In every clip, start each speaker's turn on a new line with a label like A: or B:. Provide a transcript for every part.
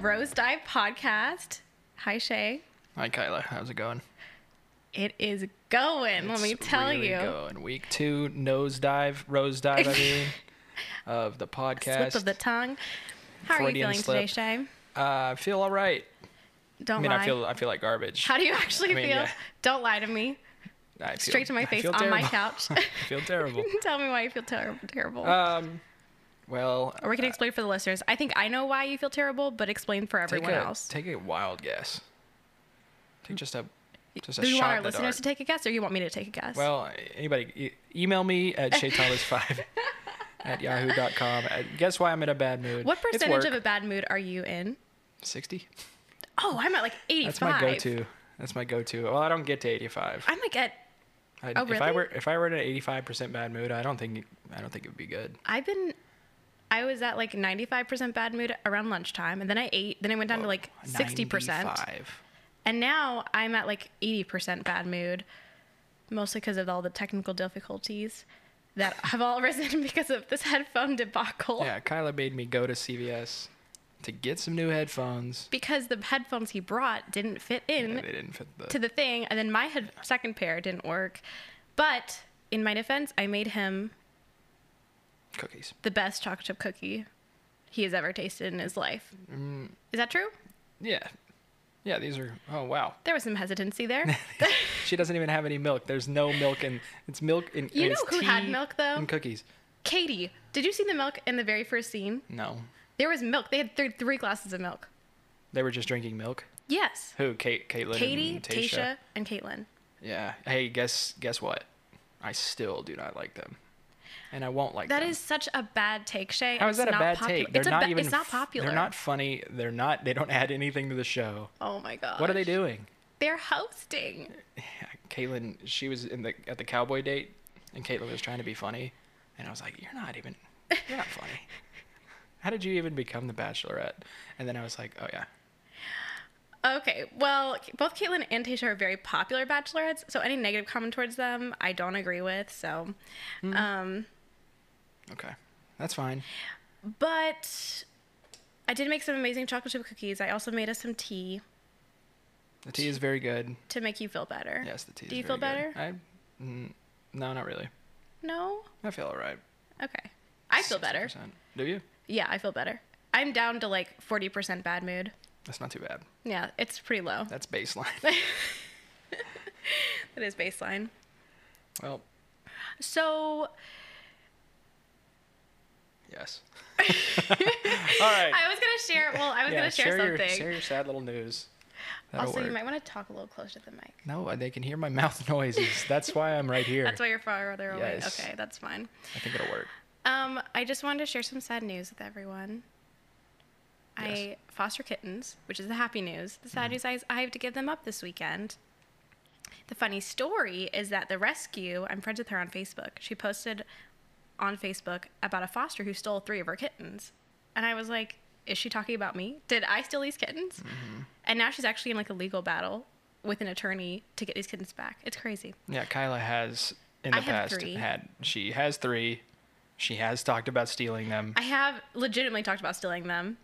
A: Rose Dive Podcast. Hi, Shay.
B: Hi, Kyla. How's it going?
A: It is going, let me
B: It's
A: tell
B: really
A: you.
B: Going. Week two, nosedive, rose dive, I mean, of the podcast.
A: Slip of the tongue. How are you
B: Freudian
A: feeling today,
B: slip.
A: Shay?
B: uh, I feel all right.
A: Don't
B: I mean,
A: lie.
B: I feel I feel like garbage.
A: How do you actually
B: I mean,
A: feel?
B: yeah.
A: Don't lie to me.
B: I feel,
A: Straight to my
B: I
A: face
B: feel
A: on my
B: terrible.
A: couch.
B: I feel terrible.
A: tell me why you feel ter- terrible.
B: Um, well,
A: or we can explain for the listeners. I think I know why you feel terrible, but explain for
B: take
A: everyone
B: a,
A: else.
B: Take a wild guess. Take just a just a
A: Do you
B: shot
A: want our
B: in the
A: listeners
B: dark.
A: to take a guess, or you want me to take a guess?
B: Well, anybody, e- email me at shaytalis5 at yahoo.com. Uh, Guess why I'm in a bad mood?
A: what
B: It's
A: percentage of
B: work.
A: a bad mood are you in?
B: 60?
A: Oh, I'm at like 85.
B: That's my go-to. That's my go-to. Well, I don't get to 85.
A: I'm like at
B: I,
A: oh,
B: If I
A: really?
B: were if I were at an 85% bad mood, I don't think I don't think it would be good.
A: I've been I was at like 95% bad mood around lunchtime and then I ate then I went down to like 60%
B: 95.
A: and now I'm at like 80% bad mood mostly because of all the technical difficulties that have all arisen because of this headphone debacle
B: Yeah, Kyla made me go to CVS to get some new headphones.
A: because the headphones he brought didn't fit in
B: Yeah, they didn't fit the
A: to the thing and then my head- second pair didn't work but in my defense I made him
B: cookies.
A: the best chocolate chip cookie he has ever tasted in his life
B: Mm.
A: is that true
B: Yeah. Yeah, these are Oh, wow.
A: There was some hesitancy there.
B: She doesn't even have any milk. There's no milk and it's milk and
A: You
B: and
A: know
B: it's
A: who had
B: tea
A: milk, though?
B: And cookies.
A: Katie, did you see the milk in the very first scene?
B: No.
A: There was milk. They had th- three glasses of milk.
B: They were just drinking milk.
A: Yes.
B: Who? Kate, Caitlin,
A: Katie,
B: and Tasha.
A: Tasha, and Caitlin.
B: Yeah. Hey, guess guess what? I still do not like them, and I won't like
A: That
B: them.
A: is such a bad take, Shay. and
B: How is
A: it's
B: that a
A: not
B: bad
A: popular.
B: take? They're
A: it's, a
B: not
A: ba-
B: even.
A: it's not
B: f-
A: popular.
B: They're not funny. They're not. They don't add anything to the show.
A: Oh my god.
B: What are they doing?
A: They're hosting.
B: Yeah, Caitlin, she was in the at the cowboy date, and Caitlin was trying to be funny, and I was like, "You're not even. You're not funny. How did you even become the Bachelorette?" And then I was like, "Oh yeah,
A: Okay. Well, both Caitlin and Tasha are very popular bachelorettes, so any negative comment towards them, I don't agree with. So, um,
B: okay, that's fine."
A: but I did make some amazing chocolate chip cookies. I also made us some tea
B: The tea is very good.
A: to make you feel better.
B: Yes, the tea.
A: Do
B: is
A: you feel
B: very
A: better?
B: good. I, mm, no, not really.
A: No?
B: I feel all right.
A: Okay. I feel better.
B: 60%. Do you?
A: Yeah, I feel better. I'm down to like 40% bad mood.
B: That's not too bad.
A: Yeah, it's pretty low.
B: That's baseline.
A: That is baseline.
B: well,
A: So
B: yes. All right.
A: I was gonna share. Well, I was
B: Yeah,
A: gonna share,
B: Your,
A: something.
B: share your sad little news. That'll
A: also, you
B: work.
A: might want to talk a little closer to the mic.
B: No, uh, they can hear my mouth noises. That's why I'm right here.
A: That's why you're farther away.
B: Yes.
A: Okay, that's fine.
B: I think it'll work.
A: Um, I just wanted to share some sad news with everyone. I
B: Yes.
A: foster kittens, which is the happy news. The sad news is I have to give them up this weekend. The funny story is that the rescue, I'm friends with her on Facebook. She posted on Facebook about a foster who stole three of her kittens. And I was like, is she talking about me? Did I steal these kittens? And now she's actually in like a legal battle with an attorney to get these kittens back. It's crazy.
B: Yeah, Kyla has in the
A: I have
B: past
A: three.
B: had she has three. She has talked about stealing them.
A: I have legitimately talked about stealing them,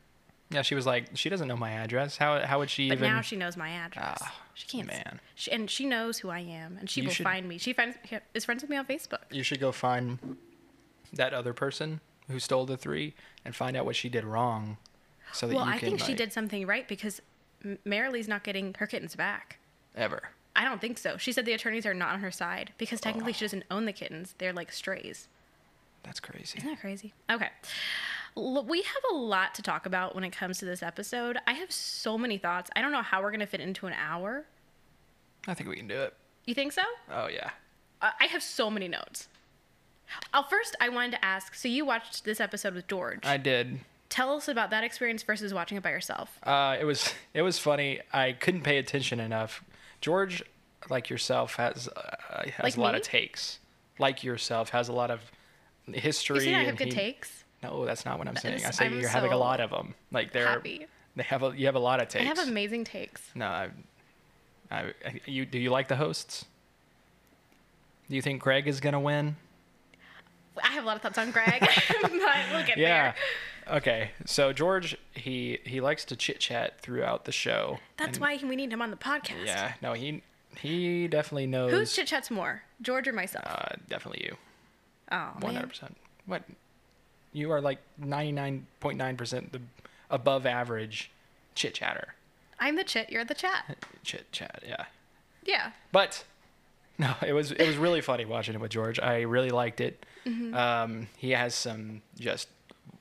B: yeah, she was like, she doesn't know my address. How how would she
A: But
B: even?
A: now she knows my address.
B: Ah,
A: she can't. s-
B: man.
A: She, and she knows who I am, and she
B: You
A: will
B: should-
A: find me. She finds is friends with me on Facebook.
B: you should go find that other person who stole the three and find out what she did wrong, so that
A: Well,
B: you
A: I
B: can
A: think she
B: like,
A: did something right because M- Marilee's not getting her kittens back.
B: ever.
A: I don't think so. She said the attorneys are not on her side because technically she doesn't own the kittens. They're like strays.
B: That's crazy.
A: Isn't that crazy? Okay. L- we have a lot to talk about when it comes to this episode. I have so many thoughts. I don't know how we're going to fit into an hour.
B: I think we can do it.
A: You think so?
B: Oh yeah.
A: Uh, I have so many notes. Uh, first, I wanted to ask so you watched this episode with George.
B: I did.
A: Tell us about that experience versus watching it by yourself.
B: Uh, it was it was funny. I couldn't pay attention enough. George, like yourself, has uh, has
A: Like
B: a lot
A: me?
B: of takes. Like yourself, has a lot of history.
A: You see, I have
B: and
A: good
B: he-
A: takes.
B: No, that's not what I'm saying. I
A: is-
B: say
A: I'm
B: you're having a
A: so
B: lot of them. Like they're
A: happy.
B: they have a, you have a lot of
A: I
B: takes.
A: have amazing takes.
B: no, I, I, I- you do you like the hosts? Do you think Greg is gonna win?
A: I have a lot of thoughts on Greg, but we'll get
B: Yeah.
A: there.
B: Okay, so George he he likes to chit chat throughout the show.
A: That's
B: and-
A: why we need him on the podcast.
B: Yeah, no, he he definitely knows.
A: Who's chit chats more, George or myself?
B: uh, definitely you,
A: oh,
B: one hundred
A: man.
B: percent. What? You are like ninety nine point nine percent the above average chit chatter.
A: I'm the chit, you're the chat.
B: Chit chat, yeah.
A: Yeah.
B: But no, it was it was really funny watching it with George. I really liked it.
A: Mm-hmm.
B: Um, he has some just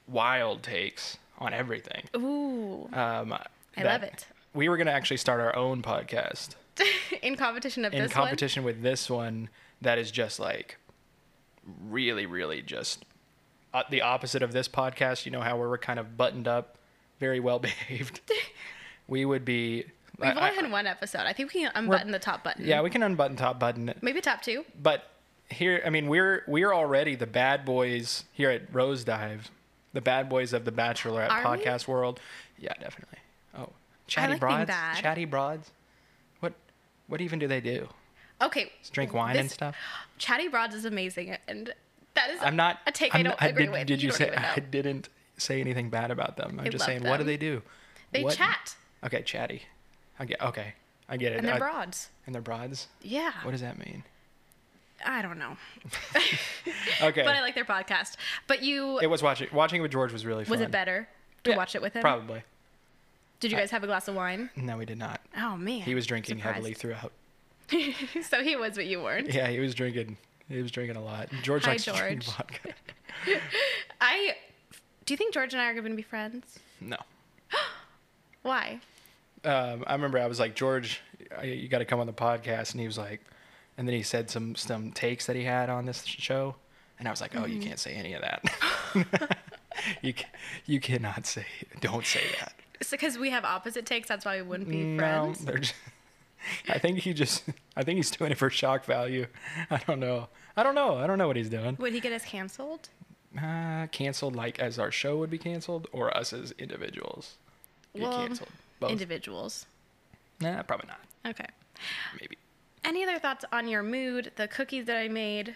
B: wild takes on everything.
A: Ooh.
B: Um,
A: I
B: that-
A: love it.
B: We were gonna actually start our own podcast
A: in competition of
B: in
A: this
B: competition with this one that is just like really, really just uh, the opposite of this podcast. You know how we're kind of buttoned up, very well behaved. we would be.
A: one. We've
B: I-
A: only
B: I-
A: had one episode. I think we can unbutton the top button.
B: yeah, we can unbutton top button it.
A: Maybe top two.
B: but here i mean we're we're already the bad boys here at rose dive the bad boys of the bachelorette
A: Are we?
B: podcast world yeah definitely oh chatty
A: like being
B: broads
A: bad.
B: chatty broads what what even do they do
A: Okay.
B: drink wine and
A: this-
B: stuff
A: Chatty Broads is amazing, and that is
B: i'm not
A: a take
B: I'm
A: I don't
B: not-
A: agree
B: did,
A: with.
B: did you,
A: don't
B: say
A: even know.
B: i didn't say anything bad about them i'm
A: I
B: just
A: love
B: saying what do
A: them.
B: they do
A: They
B: What-
A: chat
B: okay chatty i get okay i get it
A: and they're
B: I-
A: broads.
B: and they're broads
A: Yeah.
B: what does that mean
A: I don't know,
B: okay
A: but I like their podcast. But you
B: it was watching watching it with george was really fun
A: was it better to
B: Yeah,
A: watch it with him?
B: probably
A: Did you guys have a glass of wine?
B: no we did not
A: Oh man.
B: He was drinking
A: Surprised.
B: heavily throughout.
A: so he was, but you weren't.
B: Yeah, he was drinking. He was drinking a lot. George
A: Hi,
B: likes to drink
A: George.
B: vodka.
A: I do you think George and I are going to be friends?
B: No.
A: Why?
B: Um, I remember I was like, George, I, you got to come on the podcast. And he was like, and then he said some, some takes that he had on this show. And I was like, oh,
A: Mm-hmm.
B: you can't say any of that. you, ca- you cannot say, don't say that.
A: It's because we have opposite takes. That's why we wouldn't be
B: No,
A: friends.
B: they're just, I think he just, I think he's doing it for shock value. I don't know. I don't know. I don't know what he's doing.
A: Would he get us canceled?
B: Uh, canceled, like as our show would be canceled, or us as individuals get
A: Well,
B: canceled. Both.
A: Individuals.
B: nah, probably not.
A: Okay.
B: Maybe.
A: Any other thoughts on your mood? The cookies that I made,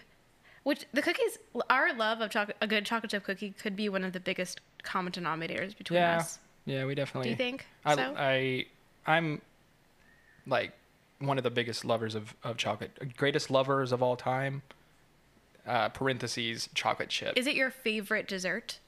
A: which the cookies, our love of chocolate, a good chocolate chip cookie could be one of the biggest common denominators between
B: Yeah.
A: us.
B: Yeah, we definitely.
A: Do you think
B: I,
A: so?
B: I, I'm, like, one of the biggest lovers of of chocolate, greatest lovers of all time. Uh, parentheses chocolate chip.
A: Is it your favorite dessert?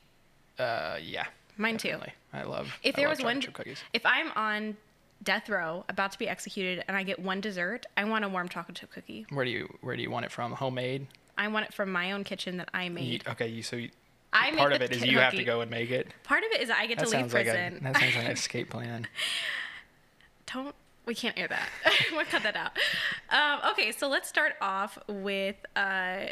B: uh, yeah.
A: Mine too.
B: too. I love.
A: If
B: I
A: there was
B: love chocolate
A: one,
B: chip cookies.
A: if I'm on death row, about to be executed, and I get one dessert, I want a warm chocolate chip cookie.
B: Where do you where do you want it from? Homemade.
A: I want it from my own kitchen that I
B: You,
A: made.
B: okay, you so you,
A: I make
B: part of
A: the
B: it is
A: kid
B: you have to
A: cookie.
B: go and make it.
A: Part of it is I get
B: That
A: to leave
B: sounds like
A: prison.
B: a that sounds like an escape plan.
A: Don't we can't air that. we'll cut that out. Um, okay, so let's start off with uh,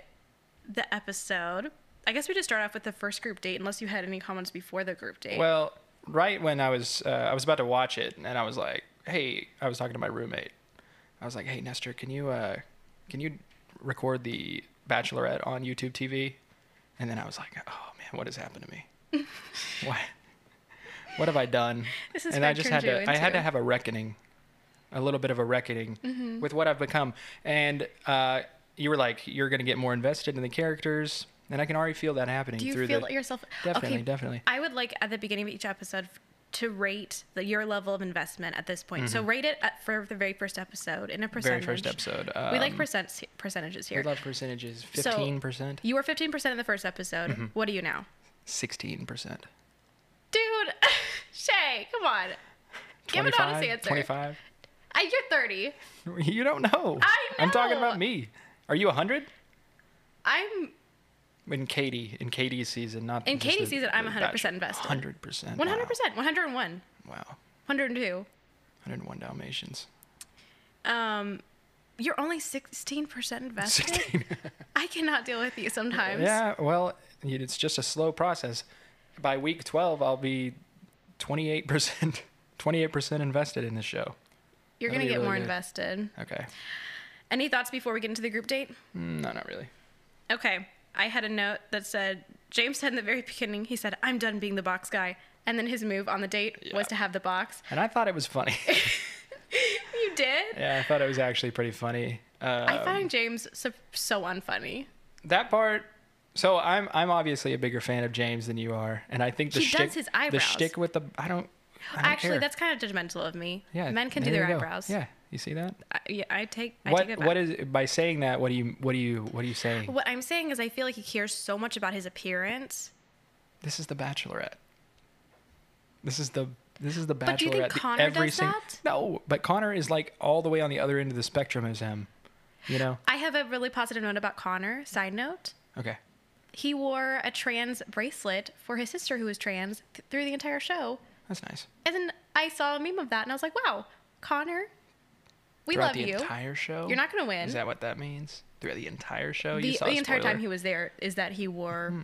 A: the episode. I guess we just start off with the first group date, unless you had any comments before the group date.
B: Well, right when I was uh, I was about to watch it, and I was like, "Hey," I was talking to my roommate. I was like, "Hey, Nestor, can you uh, can you record the Bachelorette on YouTube TV?" And then I was like, "Oh man, what has happened to me? what what have I done?"
A: This has
B: and I
A: been
B: just
A: turned
B: had to
A: you
B: I had
A: into-
B: to have a reckoning, a little bit of a reckoning
A: Mm-hmm.
B: with what I've become. And uh, you were like, "You're gonna get more invested in the characters." And I can already feel that happening
A: Do you
B: through
A: feel
B: the
A: yourself?
B: Definitely,
A: okay,
B: definitely.
A: I would like at the beginning of each episode f- to rate the, your level of investment at this point. So rate it at, for the very first episode in a
B: Mm-hmm. very
A: percentage.
B: first episode.
A: we like
B: um,
A: percent percentages
B: We
A: here.
B: love percentages.
A: So-
B: Fifteen percent,
A: you were fifteen percent in the first episode.
B: Mm-hmm.
A: What are you now,
B: sixteen percent,
A: dude? Shay, come on. Give an honest answer.
B: twenty-five.
A: I, you're thirty.
B: You don't know.
A: I
B: I'm talking
A: know.
B: about me. Are you hundred?
A: I'm
B: In Katie, in Katie's season, not
A: In Katie's season, I'm 100% invested.
B: Hundred percent.
A: 100 percent, 101,
B: Wow,
A: 102.
B: hundred and one Dalmatians.
A: Um, you're only 16 percent invested.
B: Sixteen.
A: I cannot deal with you sometimes.
B: yeah. Well, it's just a slow process. By week twelve, I'll be twenty-eight percent. Twenty-eight percent invested in this show.
A: you're
B: that'll
A: gonna
B: be
A: get
B: really
A: more
B: good.
A: invested.
B: Okay.
A: Any thoughts before we get into the group date?
B: Mm, No, not really.
A: Okay, I had a note that said James said in the very beginning he said I'm done being the box guy, and then his move on the date
B: Yeah.
A: was to have the box.
B: And I thought it was funny.
A: You did.
B: yeah, I thought it was actually pretty funny. Um,
A: I find James so, so unfunny.
B: that part So I'm I'm obviously a bigger fan of James than you are, and I think the
A: He does
B: shtick,
A: his
B: the
A: eyebrows.
B: shtick with the I don't, I don't
A: Actually,
B: care.
A: that's kind of judgmental of me.
B: yeah,
A: men can do
B: there
A: their
B: you go.
A: eyebrows.
B: Yeah, you see that?
A: I, yeah, I take. I
B: what
A: take it back.
B: what is by saying that? What do you what do you what are you saying?
A: What I'm saying is, I feel like he cares so much about his appearance.
B: This is the Bachelorette. This is the this is the Bachelorette.
A: But do you think
B: The-
A: Connor
B: every
A: does
B: sing-
A: that?
B: No, but Connor is like all the way on the other end of the spectrum as him. You know?
A: I have a really positive note about Connor. Side note:
B: Okay.
A: he wore a trans bracelet for his sister, who was trans, th- through the entire show.
B: That's nice.
A: And then I saw a meme of that, and I was like, "Wow, Connor, we
B: Throughout
A: love
B: the
A: you."
B: entire show.
A: You're not gonna win.
B: Is that what that means? Throughout the entire show,
A: the,
B: you saw
A: the
B: a
A: entire
B: spoiler. Hmm.
A: time he was there is that he wore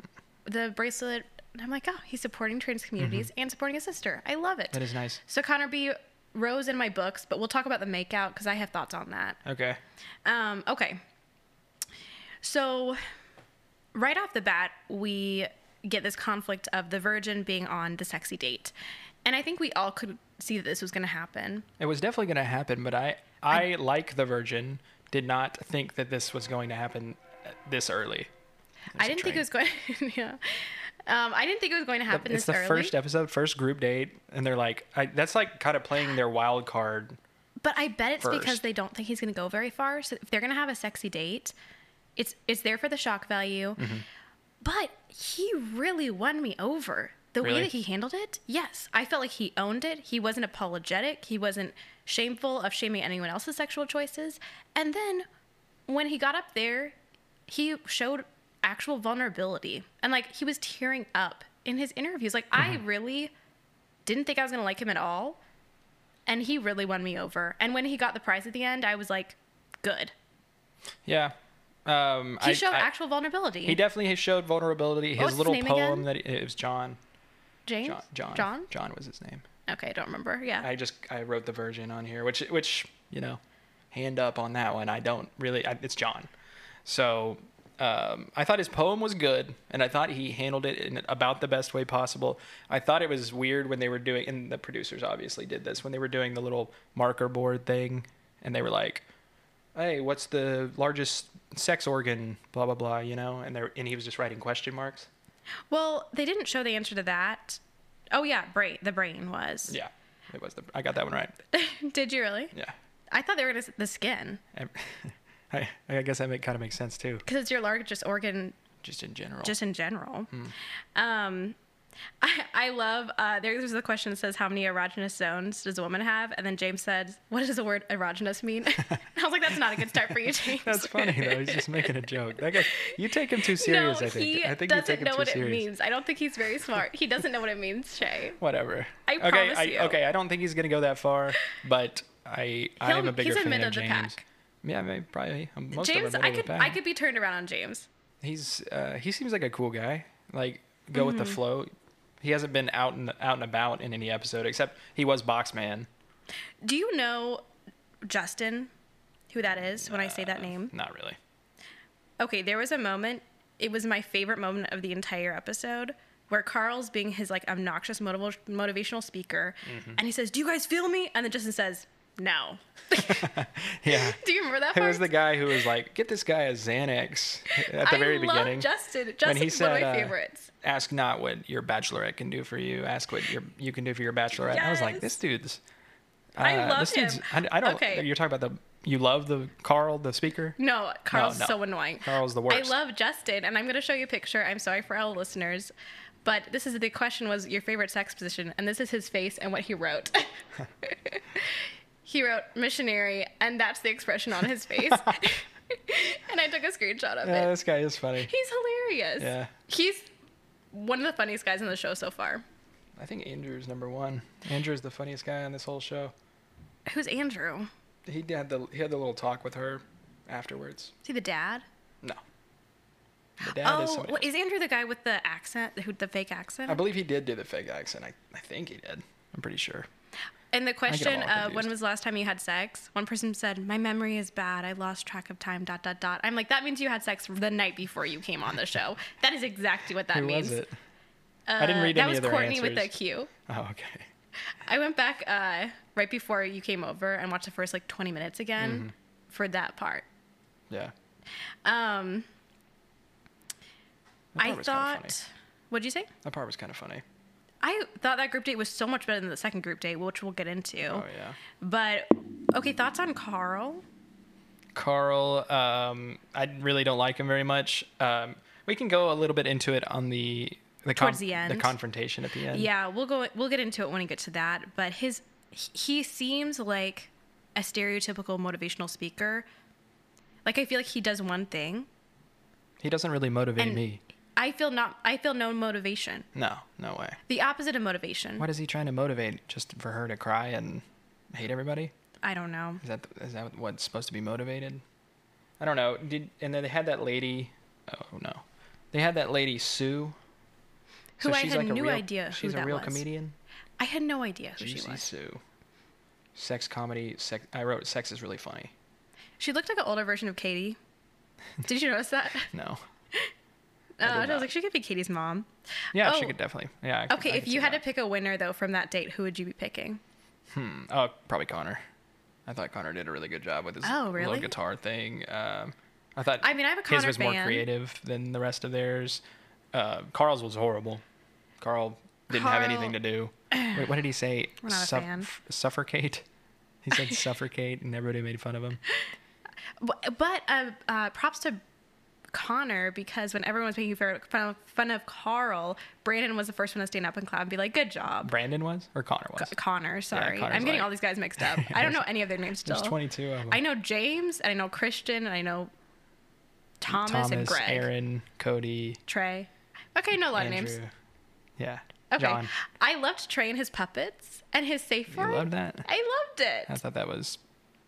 A: the bracelet. And I'm like, oh, he's supporting trans communities and supporting his sister. I love it.
B: Mm-hmm. That is nice.
A: So Connor B. Rose in my books, but we'll talk about the makeout because I have thoughts on that.
B: Okay.
A: Um, okay. So, right off the bat, we get this conflict of the virgin being on the sexy date, and I think we all could see that this was going to happen.
B: It was definitely going to happen, but I, I like the Virgin. Did not think that this was going to happen uh, this early.
A: I didn't think it was going. yeah. Um, I didn't think it was going to happen
B: It's
A: this
B: the
A: early.
B: first episode, first group date, and they're like, I, that's like kind of playing their wild card.
A: But I bet it's because
B: first.
A: they don't think he's going to go very far. So if they're going to have a sexy date, it's it's there for the shock value. But he really won me over. The way
B: Really?
A: that he handled it, yes, I felt like he owned it. He wasn't apologetic. He wasn't shameful of shaming anyone else's sexual choices. And then when he got up there, he showed actual vulnerability and like he was tearing up in his interviews. Like
B: Mm-hmm.
A: I really didn't think I was going to like him at all and he really won me over. And when he got the prize at the end, I was like, good.
B: Yeah. Um,
A: He
B: I,
A: showed
B: I-
A: actual vulnerability.
B: He definitely showed vulnerability.
A: was
B: His
A: his
B: little
A: name
B: poem that he, it was John.
A: James?
B: John. John.
A: John?
B: John was his name.
A: Okay, I don't remember. Yeah.
B: I just I wrote the Virgin on here, which which you know, hand up on that one. I don't really. I, it's John. So um, I thought his poem was good, and I thought he handled it in about the best way possible. I thought it was weird when they were doing, and the producers obviously did this when they were doing the little marker board thing, and they were like, "Hey, what's the largest sex organ?" Blah blah blah. You know, and they are and he was just writing question marks.
A: well, they didn't show the answer to that. Oh, yeah, brain. The brain was.
B: Yeah, it was the. I got that one right.
A: Did you really?
B: Yeah.
A: I thought they were going to the skin
B: I, I- I guess that make, kind of makes sense too.
A: because it's your largest organ
B: just in general.
A: just in general.
B: Hmm.
A: Um, I, I love uh, there's the question that says how many erogenous zones does a woman have, and then James says, "What does the word erogenous mean?" I was like, "That's not a good start for you, James."
B: that's funny though. He's just making a joke. That guy, you take him too serious.
A: no,
B: I think.
A: he
B: I think you
A: doesn't
B: take him
A: know
B: too
A: what
B: serious.
A: it means. I don't think he's very smart. He doesn't know what it means, Shay.
B: Whatever.
A: I
B: okay,
A: promise
B: I,
A: you.
B: Okay, I don't think he's gonna go that far, but I I
A: He'll-
B: am a bigger
A: he's a
B: fan
A: mid
B: of,
A: of the
B: James.
A: pack.
B: Yeah, maybe probably. um, Most
A: James,
B: of them
A: I could
B: the pack.
A: I could be turned around on James.
B: He's uh, he seems like a cool guy. Like go with the
A: Mm-hmm.
B: flow. He hasn't been out and out and about in any episode except he was Boxman.
A: Do you know Justin, who that is? When I say that name,
B: Not really.
A: okay. There was a moment. It was my favorite moment of the entire episode where Carl's being his like obnoxious motiv- motivational speaker,
B: Mm-hmm.
A: and he says, "Do you guys feel me?" And then Justin says, "No."
B: Yeah.
A: Do you remember that
B: It
A: part?
B: was the guy who was like, "Get this guy a Xanax" at the
A: I
B: very
A: love
B: beginning.
A: Justin.
B: when he
A: Justin's one of my
B: said, uh,
A: favorites.
B: ask not what your bachelorette can do for you. Ask what your you can do for your bachelorette. And I was like,
A: Yes.
B: this dude's.
A: I
B: uh,
A: love
B: this dude's-
A: him.
B: I, I don't.
A: Okay.
B: You're talking about the. You love the Carl, the speaker.
A: No, Carl's
B: no.
A: so annoying.
B: Carl's the
A: I
B: worst.
A: love Justin, and I'm going to show you a picture. I'm sorry for all listeners, but this is the question was your favorite sex position, and this is his face and what he wrote. he wrote missionary, and that's the expression on his face. and I took a screenshot of
B: Yeah,
A: it.
B: Uh, this guy is funny.
A: He's hilarious.
B: Yeah.
A: He's one of the funniest guys on the show so far.
B: I think Andrew's number one. Andrew's the funniest guy on this whole show.
A: Who's Andrew?
B: He had the he had the little talk with her afterwards.
A: Is he the dad?
B: No. The dad is
A: oh,
B: somebody
A: what,
B: else.
A: is Andrew the guy with the accent, who the fake accent?
B: I believe he did do the fake accent. I, I think he did. I'm pretty sure.
A: And the question of
B: all
A: when
B: confused.
A: was the last time you had sex? One person said, My memory is bad. I lost track of time, dot, dot, dot. I'm like, That means you had sex the night before you came on the show. That is exactly what that
B: Who
A: means.
B: was it? I didn't
A: Uh,
B: read
A: that
B: any
A: was
B: of their
A: Courtney with the
B: answers.
A: Q.
B: Oh, okay.
A: I went back uh, right before you came over and watched the first like 20 minutes again
B: Mm-hmm.
A: for that part.
B: Yeah.
A: Um, I
B: was kinda funny.
A: thought. What'd you say?
B: That part was kind of funny.
A: I thought that group date was so much better than the second group date, which we'll get into.
B: Oh yeah.
A: But okay, thoughts on Carl?
B: Carl, um, I really don't like him very much. Um, we can go a little bit into it on the the,
A: Towards the end.
B: confrontation at the end.
A: Yeah, we'll go. We'll get into it when we get to that. But his he- he seems like a stereotypical motivational speaker. Like I feel like he does one thing,
B: He doesn't really motivate
A: and
B: me.
A: I feel not. I feel no motivation.
B: No, no way.
A: The opposite of motivation.
B: What is he trying to motivate? Just for her to cry and hate everybody?
A: I don't know.
B: Is that is that what's supposed to be motivated? I don't know. Did and then they had that lady. Oh no, they had that lady Sue.
A: Who I had
B: a
A: no
B: real-
A: idea who
B: She's a
A: that
B: real
A: was.
B: comedian.
A: I had no idea who
B: Juicy
A: she was.
B: Sue. Sex comedy. Sex. I wrote sex is really funny.
A: She looked like an older version of Katie. Did you notice that?
B: No.
A: Uh,
B: did
A: I, was
B: not.
A: like, she could be Katie's mom.
B: Yeah, she
A: Oh.
B: could definitely. Yeah. I could-
A: Okay,
B: I
A: if
B: could see
A: you had
B: that.
A: to pick a winner though from that date, who would you be picking?
B: Hmm. Oh, probably Connor. I thought Connor did a really good job with his
A: Oh, really?
B: little guitar thing. Um, I thought.
A: I mean, I'm a
B: his
A: Connor
B: was more
A: fan.
B: creative than the rest of theirs. Uh, Carl's was horrible. Carl didn't have anything to
A: Carl-
B: do. Wait, what did he say?
A: We're not a fan.
B: Suffocate. He said suffocate, and everybody made fun of him.
A: Bu- But uh, uh, props to Connor because when everyone was making fair- fun of, fun of Carl, Brandon was the first one to stand up and clap and be like, "Good job,
B: Brandon was or Connor was.
A: Connor." Sorry,
B: Connor's
A: I'm getting
B: like-
A: all these guys mixed up. I don't know any of their names still.
B: There's 22 of them.
A: I know James and I know Christian and I know Thomas, and Greg,
B: Aaron, Cody,
A: Trey. Okay, I know a lot of names.
B: Andrew. Yeah.
A: Okay,
B: John.
A: I loved Trey and his puppets and his safe
B: You
A: word.
B: loved that.
A: I loved it.
B: I thought that was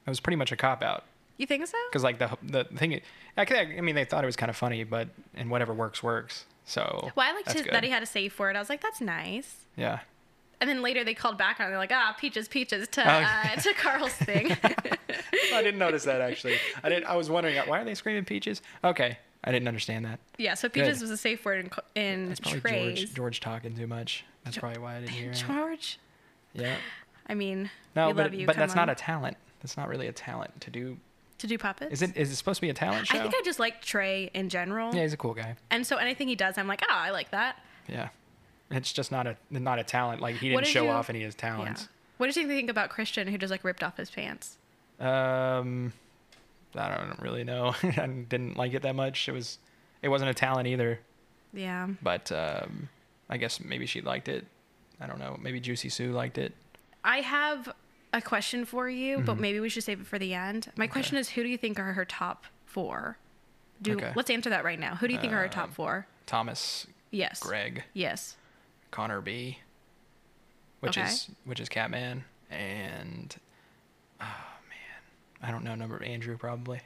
B: that was pretty much a cop out.
A: You think so?
B: because like the the thing I, could- I mean they thought it was kind of funny but and whatever works works so
A: Well, I liked
B: that's
A: his,
B: good.
A: that he had a safe word. I was like, that's nice.
B: yeah
A: And then later they called back on. it. They're like, ah, peaches, peaches to
B: Oh, yeah.
A: uh, to Carl's thing.
B: i didn't notice that actually i didn't i was wondering uh, why are they screaming peaches okay i didn't understand that
A: yeah, so peaches
B: Good.
A: was a safe word in co- in
B: that's probably
A: trays.
B: george george talking too much that's probably why i didn't hear
A: And
B: it
A: George,
B: yeah
A: I mean,
B: no
A: we
B: but,
A: love you.
B: but
A: come
B: that's
A: on.
B: not a talent that's not really a talent to do
A: to do puppets.
B: is it is it supposed to be a talent show
A: I think I just like Trey in general,
B: yeah he's a cool guy
A: and so anything he does, I'm like, ah, I like that.
B: yeah it's just not a not a talent like he
A: What did
B: didn't show
A: you-
B: off any of his
A: Yeah.
B: talents
A: What did you think about Christian who just like ripped off his pants?
B: Um, I don't really know. I didn't like it that much. It was, it wasn't a talent either.
A: Yeah,
B: But um, I guess maybe she liked it. I don't know. Maybe Juicy Sue liked it.
A: I have a question for you,
B: Mm-hmm.
A: but maybe we should save it for the end. My question is, who do you think are her top four? Do
B: Okay. Uh,
A: let's answer that right now. Who do you think are her top four?
B: Thomas,
A: Yes.
B: Greg,
A: Yes.
B: Connor B, which
A: Okay.
B: is which is Catman, and oh man, I don't know number Andrew probably,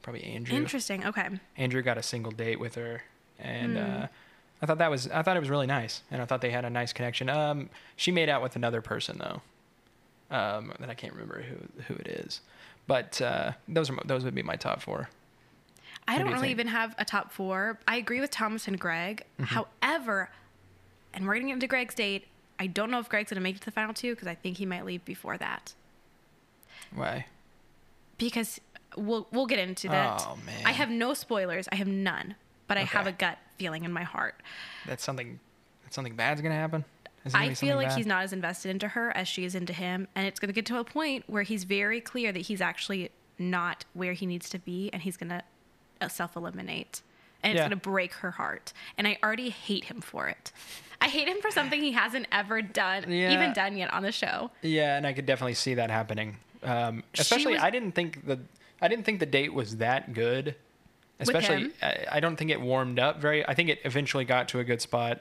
B: probably Andrew.
A: Interesting. Okay.
B: Andrew got a single date with her, and
A: Hmm.
B: uh, I thought that was I thought it was really nice, and I thought they had a nice connection. Um, she made out with another person though, um, that I can't remember who who it is, but uh, those are my- those would be my top four.
A: I
B: Who do
A: don't
B: you
A: really
B: think?
A: even
B: Mm-hmm.
A: have a top four. I agree with Thomas and Greg. However, and we're getting into Greg's date. I don't know if Greg's going to make it to the final two because I think he might leave before that.
B: Why?
A: Because we'll we'll get into that.
B: Oh, man.
A: I have no spoilers. I have none, but I have a
B: Okay.
A: gut feeling in my heart.
B: That's something. That's something bad's gonna happen. Is it gonna
A: I feel
B: be something
A: like
B: bad?
A: he's not as invested into her as she is into him, and it's going to get to a point where he's very clear that he's actually not where he needs to be, and he's going to uh, self-eliminate, and it's
B: Yeah.
A: going to break her heart. And I already hate him for it. I hate him for something he hasn't ever done, even
B: Yeah.
A: done yet on the show.
B: Yeah, and I could definitely see that happening. Um,
A: She
B: especially,
A: was-
B: I didn't think the I didn't think the date was that good. Especially,
A: him?
B: I, I don't think it warmed up very. I think it eventually got to a good spot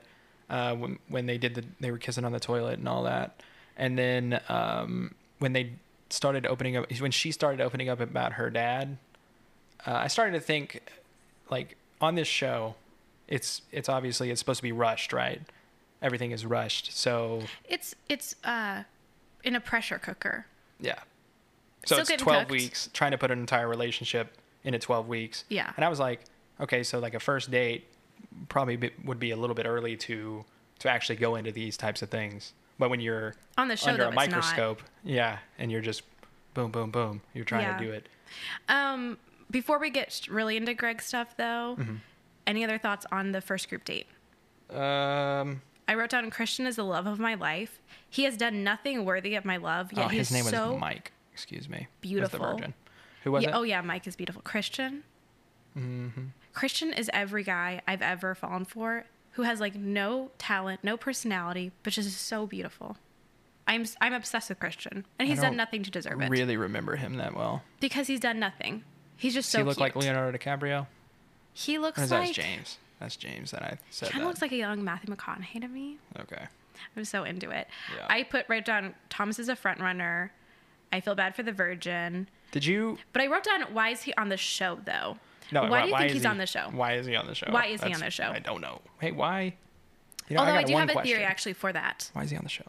B: uh, when when they did the they were kissing on the toilet and all that, and then um, when they started opening up when she started opening up about her dad, uh, I started to think like on this show, it's it's obviously it's supposed to be rushed, right? Everything is rushed, so
A: It's it's uh, in a pressure cooker.
B: yeah. So
A: Still
B: it's
A: getting
B: 12
A: cooked.
B: weeks trying to put an entire relationship into 12 weeks.
A: Yeah.
B: And I was like, okay, so like a first date probably be, would be a little bit early to to actually go into these types of things. But when you're
A: On the show,
B: under
A: though,
B: a
A: it's not.
B: microscope, yeah, and you're just boom boom boom, you're trying
A: Yeah.
B: to do it. Mm-hmm.
A: Um, before we get really into Greg stuff, though, any other thoughts on the first group date?
B: Um,
A: I wrote down Christian is the love of my life. He has done nothing worthy of my love. Yet
B: oh,
A: he
B: his
A: is
B: name
A: so
B: was Mike. Excuse me.
A: beautiful.
B: Was the virgin. Who was
A: Yeah,
B: it? Mm-hmm.
A: oh yeah, Mike is beautiful. Christian. Christian is every guy I've ever fallen for who has like no talent, no personality, but just is so beautiful. I'm I'm obsessed with Christian, and he's done
B: don't
A: nothing to deserve it
B: really remember him that well.
A: because he's done nothing. He's just
B: Does
A: so
B: he look
A: cute.
B: like Leonardo DiCaprio?
A: he
B: Or
A: looks
B: is that
A: like
B: James? That's James that I said
A: kind
B: that.
A: of looks like a young Matthew McConaughey to me.
B: okay.
A: I'm so into it.
B: Yeah.
A: I put right down Thomas is a front runner. I feel bad for the virgin,
B: Did you?
A: but I wrote down why is he on the show though?
B: No.
A: why, do you think
B: is
A: he's
B: he-
A: on the show?
B: Why is he on the show?
A: Why is he on
B: That's-
A: the show?
B: I don't know. Hey, why? You know,
A: Although I,
B: got
A: do
B: one
A: have a
B: question.
A: theory actually for that.
B: Why is he on the show?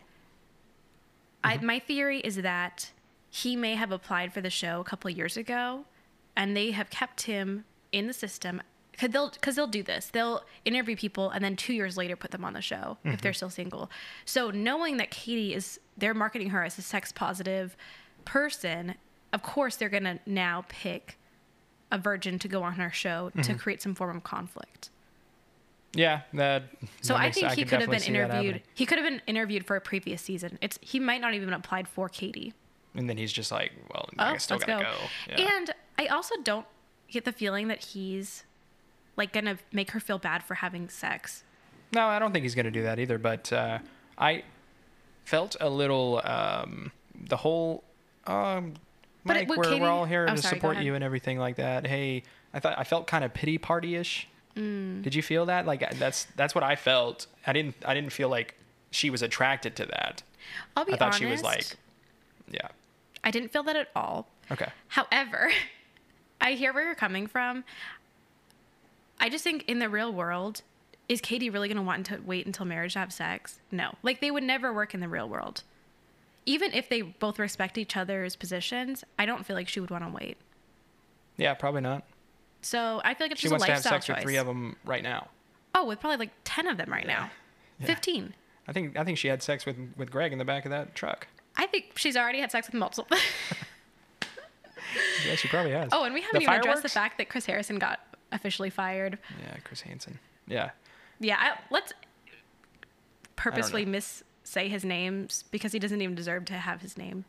A: I,
B: Mm-hmm.
A: my theory is that he may have applied for the show a couple years ago, and they have kept him in the system because they'll because they'll do this. They'll interview people and then two years later put them on the show if
B: Mm-hmm.
A: they're still single. So knowing that Katie is, they're marketing her as a sex positive person. Of course, they're gonna now pick a virgin to go on her show to
B: Mm-hmm.
A: create some form of conflict.
B: Yeah, that.
A: So
B: that
A: I
B: makes-
A: think he
B: could
A: could have been
B: definitely see that
A: interviewed.
B: happening.
A: He could have been interviewed for a previous season. It's he might not even applied for Katie.
B: And then he's just like, well,
A: Oh,
B: I still
A: let's
B: gotta
A: go.
B: go. Yeah.
A: And I also don't get the feeling that he's like gonna make her feel bad for having sex.
B: No, I don't think he's going to do that either. But uh, I felt a little um, the whole. Um,
A: But
B: Mike,
A: it- would
B: we're,
A: Katie-
B: we're all here
A: oh,
B: to
A: sorry, go
B: support
A: ahead.
B: you and everything like that. Hey, I thought I felt kind of pity party ish.
A: Mm.
B: Did you feel that? Like uh, that's that's what I felt. I didn't I didn't feel like she was attracted to that.
A: I'll be
B: I thought
A: honest.
B: she was like, yeah,
A: I didn't feel that at all.
B: okay,
A: However, I hear where you're coming from. I just think in the real world, is Katie really going to want to wait until marriage to have sex? No. Like they would never work in the real world. Even if they both respect each other's positions, I don't feel like she would want to wait.
B: yeah, probably not.
A: So I feel like it's
B: She
A: just a
B: wants to have
A: lifestyle
B: sex
A: choice.
B: with three of them right now.
A: Oh, with probably like 10 of them right now.
B: Yeah.
A: 15.
B: I think I think she had sex with with Greg in the back of that truck.
A: I think she's already had sex with multiple.
B: Yeah, she probably has.
A: oh, and we haven't
B: The
A: even addressed the
B: fireworks?
A: fact that Chris Harrison got officially fired.
B: Yeah, Chris Hansen. Yeah.
A: Yeah, I, let's purposefully
B: know.
A: miss say his names because he doesn't even deserve to have his name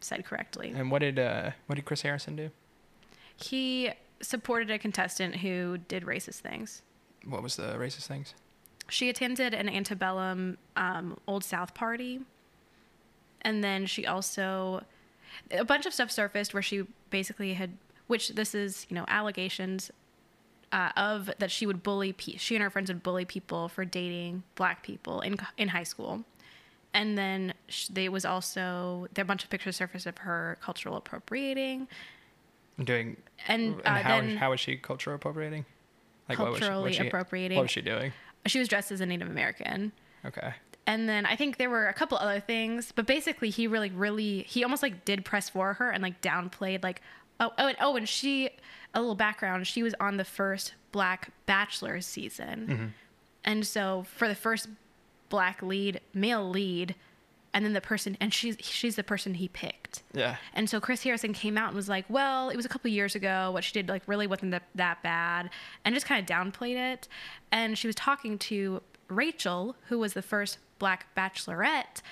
A: said correctly.
B: And what did uh what did Chris Harrison do?
A: He supported a contestant who did racist things.
B: What was the racist things?
A: She attended an antebellum um, Old South party. And then she also, a bunch of stuff surfaced where she basically had, which this is, you know, allegations uh, of that she would bully, pe- she and her friends would bully people for dating black people in, co- in high school. And then sh- they was also, there a bunch of pictures surfaced of her cultural appropriating.
B: Doing
A: And,
B: and
A: uh,
B: how
A: then
B: how was she cultural appropriating? Like
A: Culturally appropriating.
B: What was she doing?
A: she was dressed as a Native American.
B: Okay.
A: and then I think there were a couple other things, but basically he really, really, he almost like did press for her and like downplayed like, oh, oh, and oh, and she, a little background, she was on the first Black Bachelor season, and so for the first Black lead, male lead, and then the person, and she's she's the person he picked.
B: Yeah.
A: And so Chris Harrison came out and was like, "Well, it was a couple of years ago. What she did like really wasn't that, that bad," and just kind of downplayed it. And she was talking to Rachel, who was the first Black Bachelorette,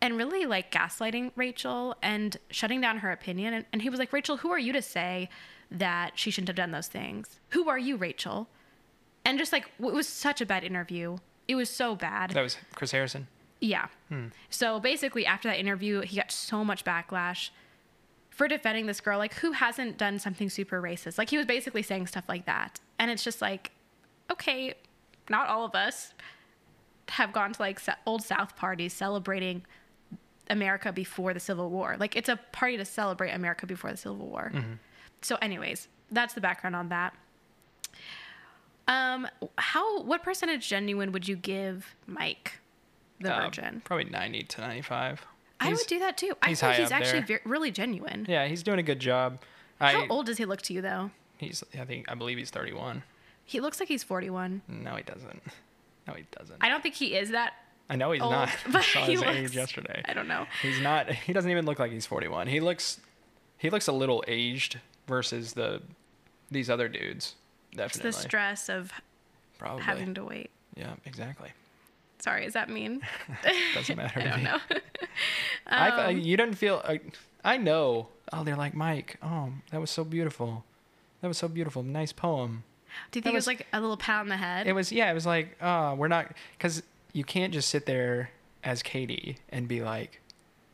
A: and really like gaslighting Rachel and shutting down her opinion. And, and he was like, "Rachel, who are you to say that she shouldn't have done those things? Who are you, Rachel?" And just like it was such a bad interview. It was so bad.
B: That was Chris Harrison.
A: Yeah. So basically, after that interview, he got so much backlash for defending this girl. Like, who hasn't done something super racist? Like, he was basically saying stuff like that. And it's just like, okay, not all of us have gone to like se- old South parties celebrating America before the Civil War. Like, it's a party to celebrate America before the Civil War. So, anyways, that's the background on that. Um, how what percentage genuine would you give Mike, the
B: Uh,
A: virgin?
B: Probably ninety to ninety five.
A: I would do that too. I
B: he's
A: think
B: high
A: he's
B: up
A: actually
B: there.
A: ve- really genuine.
B: Yeah, he's doing a good job. I
A: How old does he look to you though?
B: he's I think I believe he's thirty one.
A: He looks like he's 41.
B: No, he doesn't. No, he doesn't. I,
A: I don't think he is that
B: know he's
A: old,
B: not. I
A: but
B: saw
A: he
B: his
A: looks
B: age yesterday.
A: I don't know.
B: He's not. He doesn't even look like he's 41. He looks, he looks a little aged versus the, these other dudes.
A: It's
B: Definitely.
A: the stress of
B: Probably.
A: having to wait.
B: yeah, exactly.
A: Sorry, is that mean?
B: Doesn't matter
A: I
B: to
A: don't
B: me.
A: know. Um,
B: I've- I, you didn't feel. I, I know. Oh, they're like Mike. Oh, that was so beautiful. That was so beautiful. Nice poem.
A: Do you think it was like a little pat on the head?
B: It was. Yeah, it was like. Uh, we're not because you can't just sit there as Katie and be like,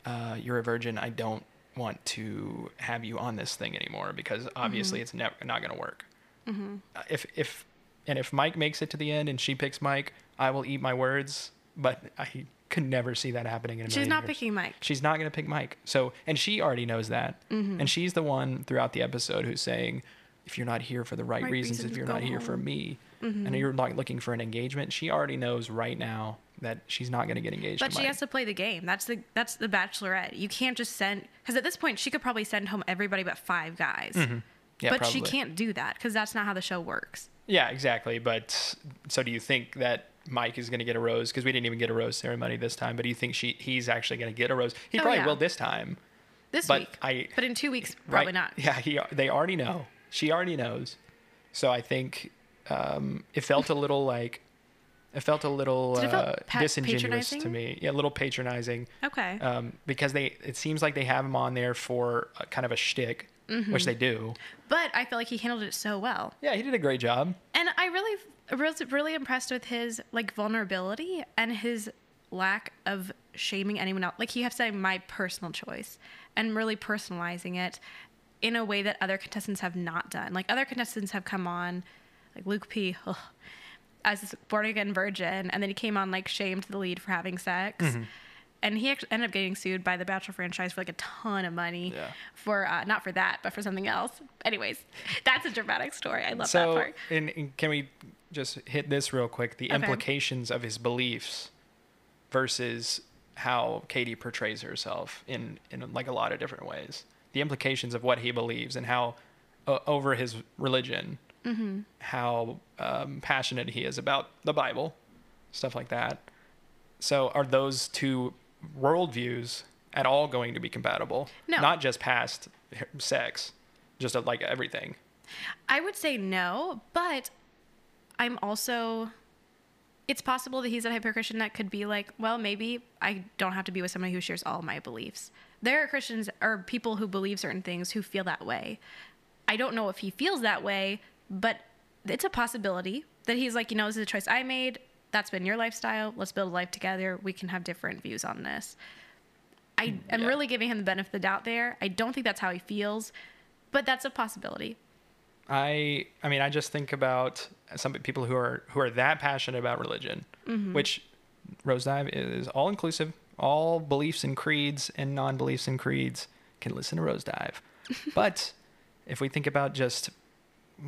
B: uh, "You're a virgin. I don't want to have you on this thing anymore because
A: Mm-hmm.
B: obviously it's never not going to work." Uh, If if and if Mike makes it to the end and she picks Mike, I will eat my words. But I could never see that happening in a
A: She's
B: million
A: not
B: years.
A: picking Mike.
B: She's not going to pick Mike. So, and she already knows that.
A: Mm-hmm.
B: And she's the one throughout the episode who's saying, if you're not here for the right,
A: Right
B: reasons, if
A: reasons,
B: you're
A: go
B: not here for
A: home." Mm-hmm.
B: me, and you're like looking for an engagement, she already knows right now that she's not going to get engaged.
A: But
B: to
A: she
B: Mike.
A: has to play the game. That's the that's the Bachelorette. You can't just send because at this point she could probably send home everybody but five guys.
B: Mm-hmm. Yeah,
A: but she
B: probably.
A: can't do that because that's not how the show works.
B: Yeah, exactly. But so do you think that Mike is going to get a rose? Because we didn't even get a rose ceremony this time. But do you think she he's actually going to get a rose? He
A: Oh,
B: probably
A: yeah.
B: will this time.
A: This
B: But
A: week,
B: I-
A: but in two weeks probably
B: right?
A: not.
B: Yeah, he, they already know. She already knows. So I think um, it felt a little like it felt a little
A: Did it feel
B: uh,
A: pa-
B: disingenuous to
A: patronizing?
B: me. Yeah, a little patronizing
A: Okay.
B: um, because they it seems like they have him on there for a, kind of a shtick,
A: Mm-hmm.
B: which they do.
A: but I feel like he handled it so well,
B: Yeah, he did a great job.
A: and I really was really impressed with his like vulnerability and his lack of shaming anyone else. Like he kept saying my personal choice and really personalizing it in a way that other contestants have not done. Like other contestants have come on, like Luke P. ugh, as this born again virgin, and then he came on like shamed the lead for having sex.
B: Mm-hmm.
A: And he actually ended up getting sued by the Bachelor franchise for like a ton of money
B: Yeah.
A: for uh, not for that, but for something else. Anyways, that's a dramatic story. I love that
B: so
A: part.
B: and, and can we just hit this real quick? The
A: Okay.
B: implications of his beliefs versus how Katie portrays herself in in like a lot of different ways. The implications of what he believes and how uh, over his religion,
A: Mm-hmm.
B: how um, passionate he is about the Bible, stuff like that. So are those two worldviews at all going to be compatible?
A: No.
B: Not just past sex, just uh, like everything.
A: I would say no, but I'm also. It's possible that he's a hyper Christian that could be like, well, maybe I don't have to be with somebody who shares all my beliefs. There are Christians or people who believe certain things who feel that way. I don't know if he feels that way, but it's a possibility that he's like, you know, this is a choice I made. That's been your lifestyle. Let's build a life together. We can have different views on this. I am
B: yeah.
A: really giving him the benefit of the doubt there. I don't think that's how he feels, but that's a possibility.
B: I I mean I just think about some people who are who are that passionate about religion,
A: Mm-hmm.
B: which Rose Dive is all inclusive, all beliefs and creeds and non beliefs and creeds can listen to Rose Dive. but if we think about just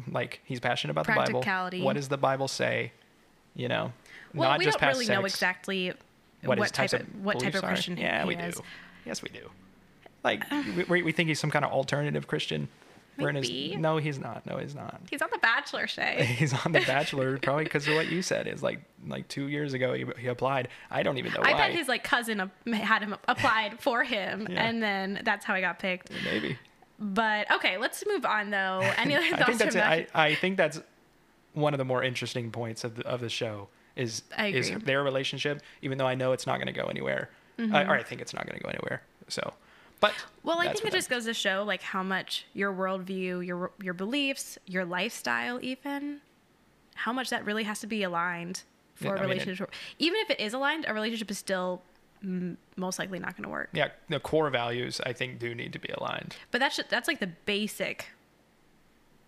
B: like he's passionate about the
A: Practicality.
B: Bible, what does the Bible say? You know,
A: Well,
B: not
A: we
B: just
A: don't
B: past
A: really
B: sex,
A: know exactly what,
B: what, his
A: type
B: types
A: of, what type of
B: beliefs are.
A: Christian he-
B: Yeah,
A: he
B: we
A: is.
B: do. Yes, we do. Like we- we, we think he's some kind of alternative Christian. We're in
A: Maybe.
B: his, no, he's not. No, he's not.
A: He's on The Bachelor, Shay.
B: he's on the bachelor probably because of what you said is like like two years ago he, he applied i don't even know
A: I
B: why
A: bet his like cousin ap- had him applied for him,
B: Yeah.
A: and then that's how he got picked.
B: maybe
A: But okay, let's move on though. Any other
B: i think
A: thoughts on
B: that's it.
A: that?
B: I, I think that's one of the more interesting points of the, of the show is
A: I
B: is
A: agree.
B: their relationship even though i know it's not going to go anywhere I, or i think it's not going to go anywhere so but
A: Mm-hmm. Well, I
B: that's
A: think it
B: for
A: just
B: them.
A: goes to show like how much your worldview, your your beliefs, your lifestyle, even how much that really has to be aligned for a
B: Yeah, I mean, it-
A: relationship. even if it is aligned, a relationship is still mm, most likely not going to work.
B: yeah the core values i think do need to be aligned
A: But that's ju- that's like the basic,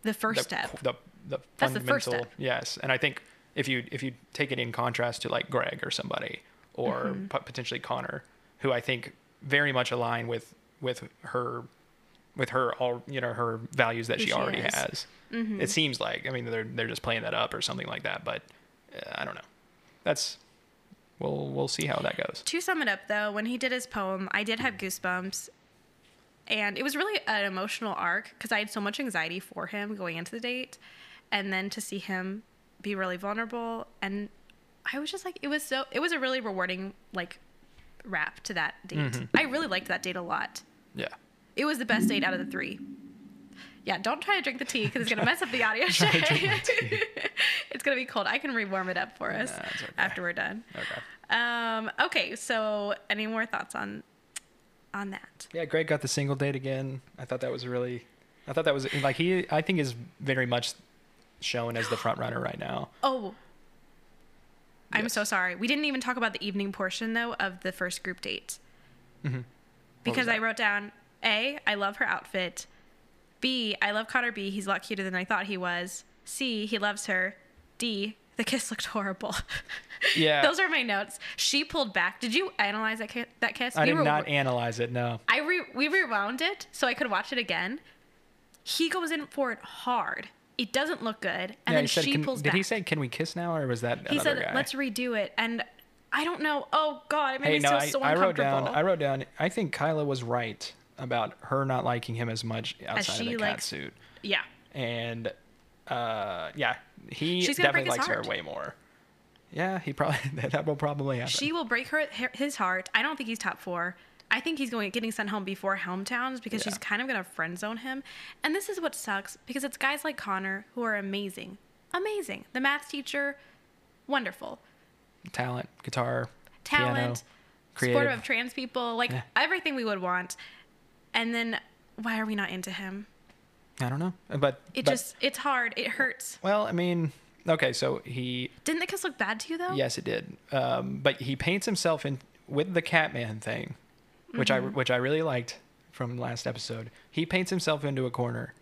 A: the first
B: the,
A: step.
B: the, the
A: That's
B: fundamental
A: the first step.
B: yes and i think if you if you take it in contrast to like greg or somebody or
A: Mm-hmm.
B: po- potentially connor who i think very much align with with her with her all you know her values that
A: Who
B: she,
A: she
B: already
A: is. Mm-hmm.
B: has it seems like i mean they're they're just playing that up or something like that but uh, i don't know that's we'll we'll see how that goes
A: To sum it up, though, when he did his poem, I did have goosebumps, and it was really an emotional arc because I had so much anxiety for him going into the date, and then to see him be really vulnerable, and I was just like, it was so, it was a really rewarding like wrap to that date. I really liked that date a lot.
B: yeah
A: It was the best date out of the three. Yeah, don't try to drink the tea because it's gonna mess up the audio. Shay. it's gonna be cold. I can rewarm it up for us
B: Nah, it's okay.
A: after we're done.
B: Okay.
A: Um, okay, so any more thoughts on on that?
B: Yeah, Greg got the single date again. I thought that was really, I thought that was like he. I think is very much shown as the front runner right now.
A: Oh, I'm
B: Yes.
A: so sorry. We didn't even talk about the evening portion though of the first group date. Because I
B: Mm-hmm. that?
A: wrote down A, I love her outfit. B, I love Connor B. He's a lot cuter than I thought he was. C, he loves her. D, the kiss looked horrible.
B: Yeah.
A: Those are my notes. She pulled back. Did you analyze that ki- that kiss?
B: I
A: We
B: did
A: were-
B: not analyze it. No.
A: I re- we rewound it so I could watch it again. He goes in for it hard. It doesn't look good, and
B: yeah,
A: then
B: he said,
A: she
B: can,
A: pulls
B: did
A: back.
B: he say, "Can we kiss now?" Or was that
A: He
B: another
A: said,
B: guy?
A: "Let's redo it," and I don't know. Oh God, it made
B: hey,
A: me
B: no,
A: feel
B: I,
A: so
B: I wrote down.
A: uncomfortable.
B: I wrote down. I think Kyla was right about her not liking him as much outside
A: she
B: of the cat
A: likes-
B: suit,
A: yeah,
B: and uh, yeah, he
A: She's gonna break
B: definitely
A: his
B: likes
A: heart.
B: her way more. Yeah, he probably that will probably happen.
A: she will break her his heart. I don't think he's top four. I think he's going getting sent home before Helmtowns because she's
B: Yeah.
A: kind of gonna friend zone him. And this is what sucks because it's guys like Connor who are amazing, amazing. The math teacher, wonderful.
B: Talent, guitar,
A: talent,
B: piano,
A: supportive
B: creative.
A: of trans people, like
B: Yeah.
A: everything we would want. And then why are we not into him?
B: I don't know, but
A: It
B: but-
A: just it's hard. It hurts.
B: well, I mean, okay, so he
A: Didn't the kiss look bad to you though?
B: Yes, it did. Um, but he paints himself in with the Catman thing, which I which I really liked from last episode. He paints himself into a corner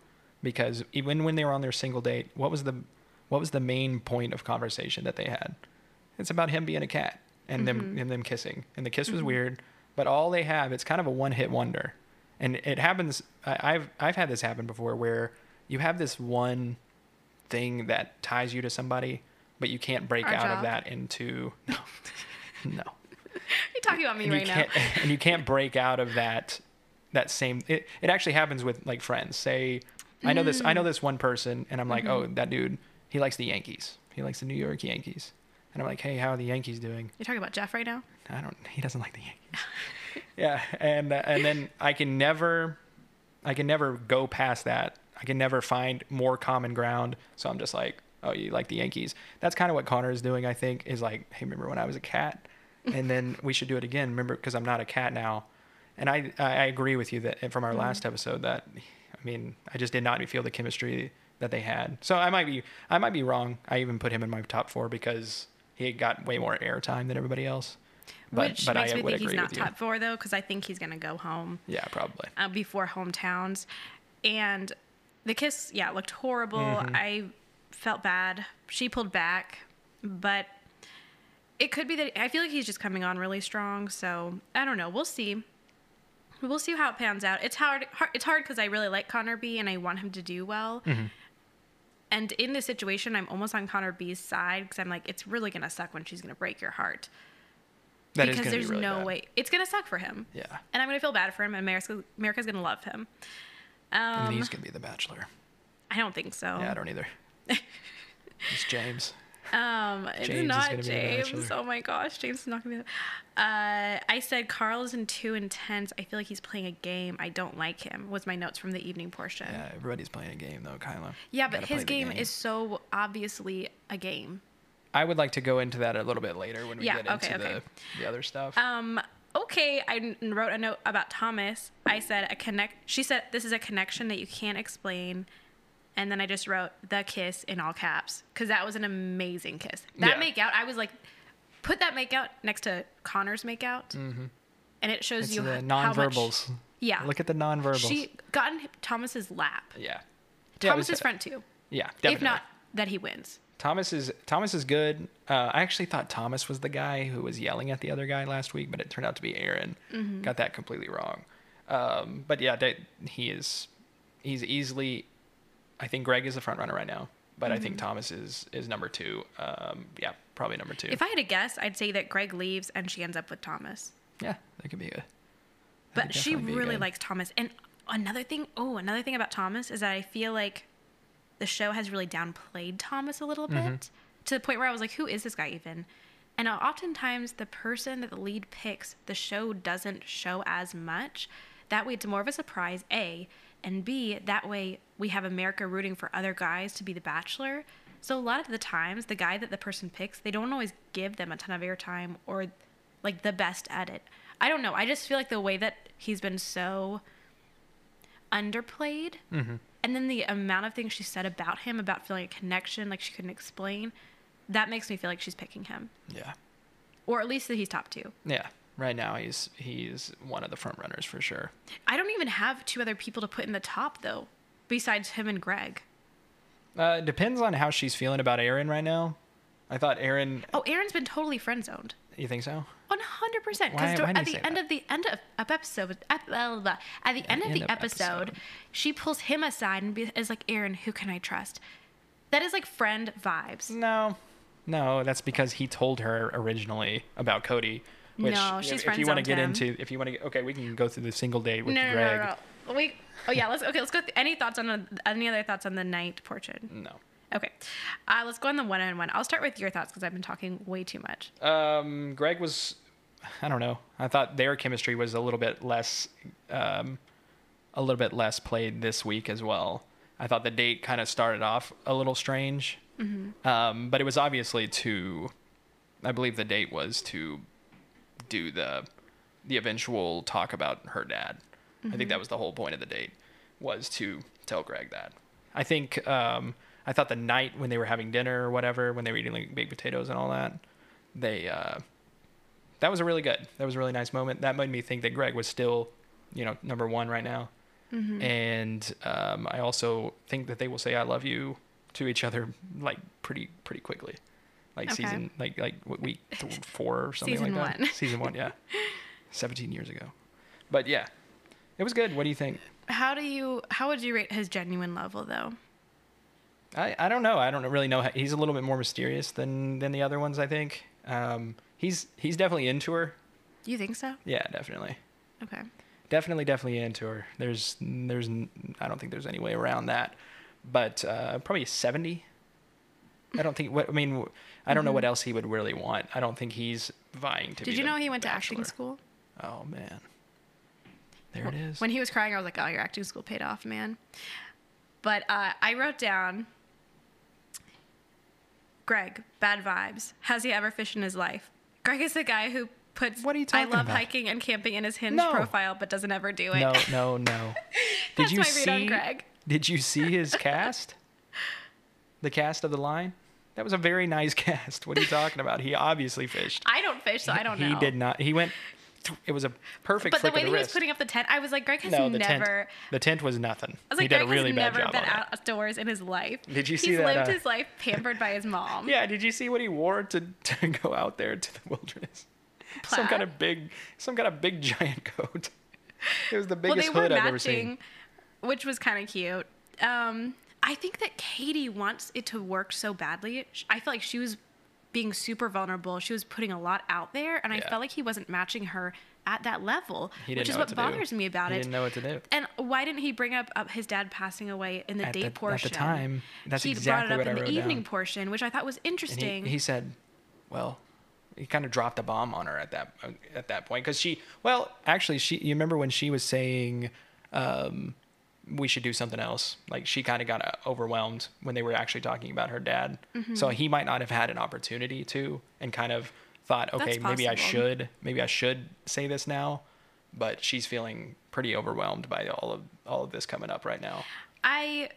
B: because even when they were on their single date, what was the what was the main point of conversation that they had? It's about him being a cat and
A: Mm-hmm.
B: them and them kissing. And the kiss was weird, but all they have it's kind of a one hit wonder, and it happens. I, I've I've had this happen before where you have this one thing that ties you to somebody, but you can't break
A: Our
B: out of
A: job.
B: that into no, no.
A: You're talking about me
B: And you
A: right now.
B: can't and you can't break out of that that same. It, it actually happens with like friends. Say, I know this I
A: Mm.
B: know this one person, and I'm like, oh,
A: Mm-hmm.
B: that dude, he likes the Yankees. He likes the New York Yankees, and I'm like, hey, how are the Yankees doing?
A: You're talking about Jeff right now.
B: I don't. He doesn't like the Yankees. yeah, and uh, and then I can never, I can never go past that. I can never find more common ground. So I'm just like, oh, you like the Yankees? That's kind of what Connor is doing. I think is like, hey, remember when I was a cat? And then we should do it again. Remember, because I'm not a cat now. And I I I agree with you that uh, from our last episode that, I mean, I just did not feel the chemistry that they had. So I might be I might be wrong. I even put him in my top four because he got way more airtime than everybody else. But
A: Which
B: but
A: makes
B: I
A: me
B: would
A: think
B: agree
A: he's not
B: with you.
A: top four though, because I think he's gonna go home
B: Yeah, probably.
A: uh, before hometowns. And the kiss, yeah, looked horrible.
B: Mm-hmm.
A: I felt bad. She pulled back, but it could be that I feel like he's just coming on really strong. So I don't know. We'll see. We'll see how it pans out. It's hard. har it's hard because I really like Connor B and I want him to do well.
B: Mm-hmm.
A: And in this situation, I'm almost on Connor B's side because I'm like, it's really gonna suck when she's gonna break your heart
B: That is
A: because
B: gonna be
A: there's
B: really
A: no
B: bad.
A: way it's gonna suck for him
B: Yeah.
A: and I'm gonna feel bad for him, and America's, America's gonna love him. Um, oh.
B: and he's gonna be the bachelor.
A: I don't think so.
B: Yeah, I don't either. it's James.
A: um, it's
B: James is
A: not
B: gonna be the
A: James.
B: Bachelor.
A: Oh my gosh, James is not gonna be. Uh, I said Carl isn't too intense. I feel like he's playing a game. I don't like him. Was my notes from the evening portion. Yeah,
B: Yeah, Uh, everybody's playing a game though, Kyla.
A: but
B: Gotta play
A: his
B: the
A: game, is so obviously a game.
B: I would like to go into that a little bit later when we
A: Yeah,
B: get into
A: okay, okay.
B: the the other stuff.
A: Um, okay, I n- wrote a note about Thomas. I said a connect. She said this is a connection that you can't explain. And then I just wrote the kiss in all caps because that was an amazing kiss. That
B: Yeah.
A: makeout, I was like, put that makeout next to Connor's makeout, and it shows
B: it's
A: you
B: Mm-hmm. the
A: h- how much.
B: nonverbals.
A: Yeah.
B: Look at the nonverbals.
A: She got in hi- Thomas's lap.
B: yeah. Yeah, it was-
A: Thomas's friend too,
B: Yeah, definitely.
A: if not that he wins.
B: Thomas is Thomas is good. Uh, I actually thought Thomas was the guy who was yelling at the other guy last week, but it turned out to be Aaron.
A: Mm-hmm.
B: Got that completely wrong. Um, but yeah, they, he is he's easily. I think Greg is the front runner right now, but I
A: Mm-hmm.
B: think Thomas is is number two. Um, yeah, probably number two.
A: If I had to guess, I'd say that Greg leaves and she ends up with Thomas.
B: yeah, that could be a. that
A: but
B: could
A: she
B: definitely be
A: really
B: good.
A: likes Thomas. And another thing, oh, another thing about Thomas is that I feel like the show has really downplayed Thomas a little bit to the point where I was like, who is this guy even? And oftentimes, the person that the lead picks, the show doesn't show as much. That way, it's more of a surprise, A. and B, that way we have America rooting for other guys to be the bachelor. So a lot of the times, the guy that the person picks, they don't always give them a ton of airtime or like the best edit. I don't know. I just feel like the way that he's been so underplayed, and then the amount of things she said about him, about feeling a connection, like she couldn't explain, that makes me feel like she's picking him,
B: Yeah.
A: or at least that he's top two.
B: Yeah. Right now he's he's one of the front runners for sure.
A: I don't even have two other people to put in the top though, besides him and Greg.
B: Uh, it depends on how she's feeling about Aaron right now. I thought Aaron.
A: Oh, Aaron's been totally friend zoned.
B: You think so?
A: One hundred percent.
B: Why-
A: Because
B: why do
A: at
B: you
A: the
B: say
A: end
B: that?
A: of the end of, of episode, ep- blah, blah, blah. at the end of
B: end
A: the
B: of
A: episode,
B: episode.
A: she pulls him aside and be, is like, "Aaron, who can I trust?" That is like friend vibes.
B: No, no. That's because he told her originally about Cody. Which,
A: No,
B: if-
A: she's
B: If you
A: friend-zoned
B: want to get
A: him.
B: into, if you want to, get, okay, we can go through the single date with
A: No, no,
B: Greg.
A: no, no, no. We. Oh yeah. Let's okay. Let's go. Th- any thoughts on the, any other thoughts on the night portrait? Okay. Uh, let's go on the one-on-one. I'll start with your thoughts because I've been talking way too much.
B: No. Um, Greg was, I don't know. I thought their chemistry was a little bit less, um, a little bit less played this week as well. I thought the date kind of started off a little strange,
A: Mm-hmm.
B: um, but it was obviously to, I believe the date was to do the the eventual talk about her dad. I think that was the whole point of the date was to tell Greg that. I think um, I thought the night when they were having dinner or whatever, when they were eating like baked potatoes and all that, they uh, that was a really good. That was a really nice moment. That made me think that Greg was still, you know, number one right now. And um, I also think that they will say "I love you" to each other like pretty pretty quickly, like
A: Okay.
B: season like like what, week th- four or something
A: Season
B: like that.
A: one.
B: Season one, yeah, seventeen years ago. But yeah, it was good. What do you think?
A: How do you? How would you rate his genuine level though?
B: I, I don't know. I don't really know. How, he's a little bit more mysterious than than the other ones. I think. Um, he's he's definitely into her.
A: You think so?
B: Yeah, definitely,
A: Okay.
B: definitely, definitely into her. There's there's n- I don't think there's any way around that. But uh, probably a seventy. I don't think. What I mean, I don't know what else he would really want. I don't think he's vying to.
A: Mm-hmm. Did
B: be
A: you
B: the
A: know he went to
B: bachelor.
A: acting school?
B: Oh man, there it is.
A: When he was crying, I was like, "Oh, your acting school paid off, man." But uh, I wrote down, Greg, bad vibes. Has he ever fished in his life? Greg is the guy who puts
B: What are you
A: "I
B: talking
A: love
B: about?
A: hiking and camping" in his Hinge
B: No.
A: profile, but doesn't ever do it.
B: no, no, no. Did
A: That's
B: you
A: my read
B: see?
A: on Greg.
B: Did you see his cast? The cast of the line? That was a very nice cast. What are you talking about? He obviously fished.
A: I don't fish, so I don't
B: he
A: know.
B: did not. He went. It was a perfect.
A: But the
B: flick
A: way
B: of
A: that
B: the
A: he was
B: wrist.
A: putting up the tent, I was like, Greg has
B: no, the
A: never.
B: tent. The tent was nothing.
A: I was
B: he
A: like,
B: did a
A: Greg
B: really
A: has
B: bad
A: never
B: job
A: been
B: on that.
A: outdoors in his life.
B: Did you see
A: He's
B: that,
A: lived
B: uh,
A: his life pampered by his mom.
B: Yeah, did you see what he wore to, to go out there to the wilderness? Some kind
A: Plaid.
B: of big, some kind of big giant coat. It was the
A: well, they
B: biggest
A: were
B: hood I've ever seen.
A: matching, which was kind of cute. Um, I think that Katie wants it to work so badly. Sh- I feel like she was being super vulnerable. She was putting a lot out there, and I
B: Yeah.
A: felt like he wasn't matching her at that level,
B: He didn't
A: which is
B: know
A: what
B: what to do.
A: bothers me about
B: He
A: it.
B: didn't know what to do.
A: And why didn't he bring up, up his dad passing away in the
B: At
A: date
B: the- at the
A: portion?
B: time, that's
A: he
B: exactly
A: brought it up
B: what I
A: in
B: wrote
A: the evening
B: down.
A: portion, which I thought was
B: And he-
A: interesting.
B: he, said, "Well, he kind of dropped the bomb on her at that uh, at that point because she, well, actually, she. You remember when she was saying, um, we should do something else? Like she kind of got uh, overwhelmed when they were actually talking about her dad.
A: Mm-hmm.
B: So he might not have had an opportunity to, and kind of thought, okay, maybe
A: possible.
B: I should, maybe I should say this now, but she's feeling pretty overwhelmed by all of all of this coming up right now.
A: I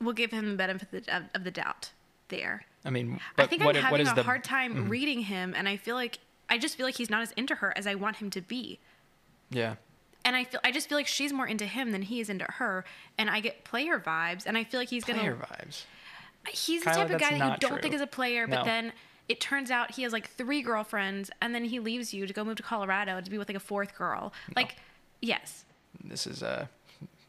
A: will give him the benefit of the, of the doubt there.
B: I mean, but
A: I think
B: what,
A: I'm
B: i-
A: having
B: what is
A: a
B: the Mm-hmm.
A: hard time reading him, and I feel like I just feel like he's not as into her as I want him to be,
B: yeah?
A: and I feel I just feel like she's more into him than he is into her, and I get player vibes, and I feel like he's
B: Player
A: gonna
B: vibes.
A: he's the
B: Kyla,
A: type of
B: that's
A: guy that you
B: not
A: don't
B: true.
A: think is a player, but
B: No.
A: then it turns out he has like three girlfriends, and then he leaves you to go move to Colorado to be with like a fourth girl. Like, yes,
B: this is uh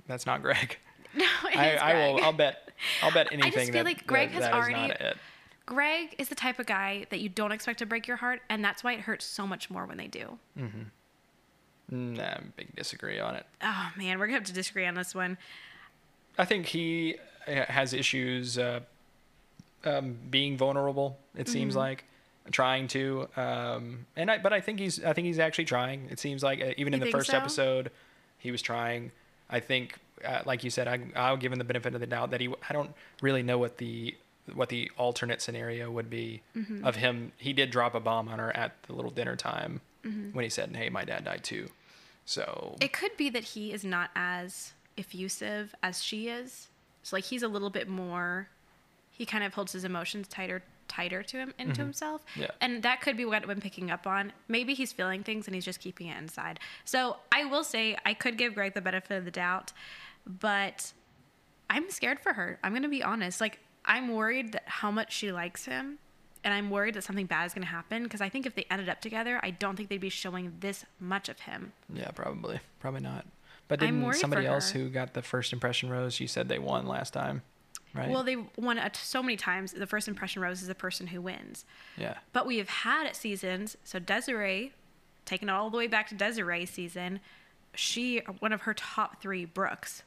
B: that's not Greg.
A: no, it
B: I,
A: is
B: I will
A: Greg.
B: I'll bet I'll bet
A: just
B: anything
A: feel
B: that,
A: like
B: that-
A: Greg has
B: that is
A: already-
B: not it.
A: Greg is the type of guy that you don't expect to break your heart, and that's why it hurts so much more when they do.
B: Nah, Mm, big disagree on it.
A: Oh man, we're gonna have to disagree on this one.
B: I think he uh, has issues uh, um, being vulnerable. It seems like trying to, um, and I, but I think he's I think he's actually trying. It seems like uh, even
A: You
B: in the
A: think
B: first
A: so?
B: episode, he was trying. I think, uh, like you said, I, I'll give him the benefit of the doubt that he. I don't really know what the what the alternate scenario would be of him. He did drop a bomb on her at the little dinner time when he said, "Hey, my dad died too." So
A: It could be that he is not as effusive as she is. So like he's a little bit more he kind of holds his emotions tighter tighter to him into himself.
B: Yeah.
A: And that could be what I'm picking up on. Maybe he's feeling things and he's just keeping it inside. So I will say I could give Greg the benefit of the doubt, but I'm scared for her. I'm gonna be honest. Like I'm worried that how much she likes him, and I'm worried that something bad is gonna happen. Because I think if they ended up together, I don't think they'd be showing this much of him.
B: yeah, probably, probably not. But
A: I'm
B: didn't
A: worried for
B: somebody else
A: her.
B: who got the first impression rose? You said they won last time, right?
A: Well, they won a t- so many times. The first impression rose is the person who wins.
B: yeah,
A: But we have had it seasons. So Desiree, taking it all the way back to Desiree season, she one of her top three Brooks,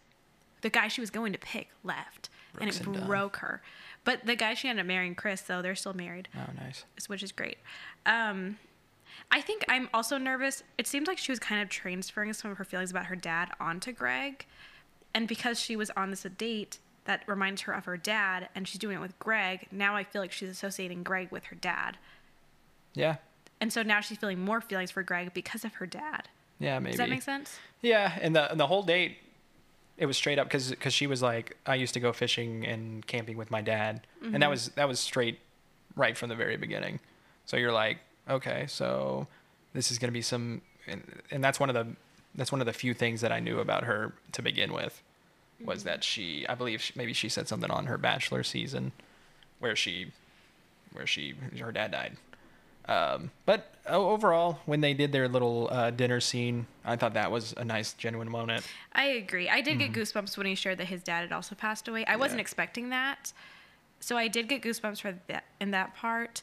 A: the guy she was going to pick left,
B: Brooks
A: and
B: and
A: it
B: Dunn.
A: broke her. But the guy she ended up marrying, Chris, though they're still married.
B: oh nice.
A: is- which is great. Um, I think I'm also nervous. It seems like she was kind of transferring some of her feelings about her dad onto Greg. And because she was on this date that reminds her of her dad and she's doing it with Greg, now I feel like she's associating Greg with her dad.
B: Yeah,
A: And so now she's feeling more feelings for Greg because of her dad.
B: yeah, maybe.
A: Does that make sense?
B: Yeah, and the and the whole date, it was straight up because she was like, I used to go fishing and camping with my dad, and that was that was straight, right from the very beginning. So you're like, okay, so this is gonna be some, and, and that's one of the that's one of the few things that I knew about her to begin with, was that she, I believe she, maybe she said something on her bachelor season, where she, where she her dad died. Um, but o- overall, when they did their little uh, dinner scene, I thought that was a nice, genuine moment.
A: I agree. I did get goosebumps when he shared that his dad had also passed away. I wasn't expecting that. So I did get goosebumps for that in that part.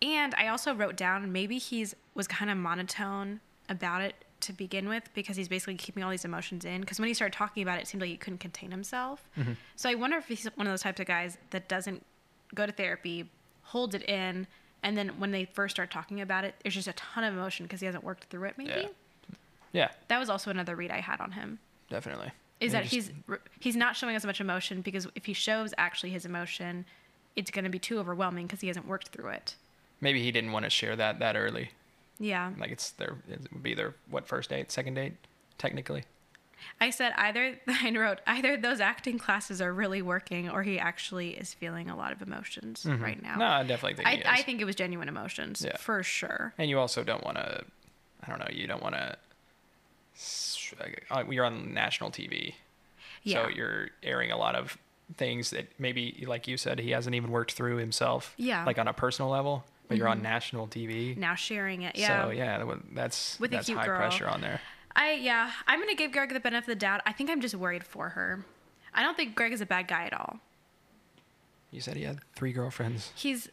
A: And I also wrote down maybe he's was kind of monotone about it to begin with because he's basically keeping all these emotions in because when he started talking about it it seemed like he couldn't contain himself. So I wonder if he's one of those types of guys that doesn't go to therapy, holds it in, and then when they first start talking about it, there's just a ton of emotion because he hasn't worked through it maybe.
B: Yeah. Yeah,
A: That was also another read I had on him
B: definitely.
A: is
B: Yeah,
A: that
B: just-
A: he's r- he's not showing as much emotion because if he shows actually his emotion, it's going to be too overwhelming because he hasn't worked through it.
B: maybe he didn't want to share that that early.
A: Yeah,
B: Like it's their it would be their what first date, second date, technically.
A: I said either I wrote either those acting classes are really working or he actually is feeling a lot of emotions
B: Mm-hmm.
A: right now.
B: No, I definitely think he
A: Oh. I,
B: is.
A: I think it was genuine emotions
B: Yeah.
A: for sure.
B: and you also don't want to. I don't know. You don't want to. uh, You're on national TV,
A: Yeah,
B: so you're airing a lot of things that maybe, like you said, he hasn't even worked through himself.
A: Yeah. Mm-hmm.
B: Like on a personal level, but you're on national TV.
A: now sharing it.
B: So yeah, that would- that's
A: With a
B: that's
A: cute
B: high
A: girl.
B: pressure on there.
A: I yeah, I'm gonna give Greg the benefit of the doubt. I think I'm just worried for her. I don't think Greg is a bad guy at all.
B: You said he had three girlfriends.
A: He's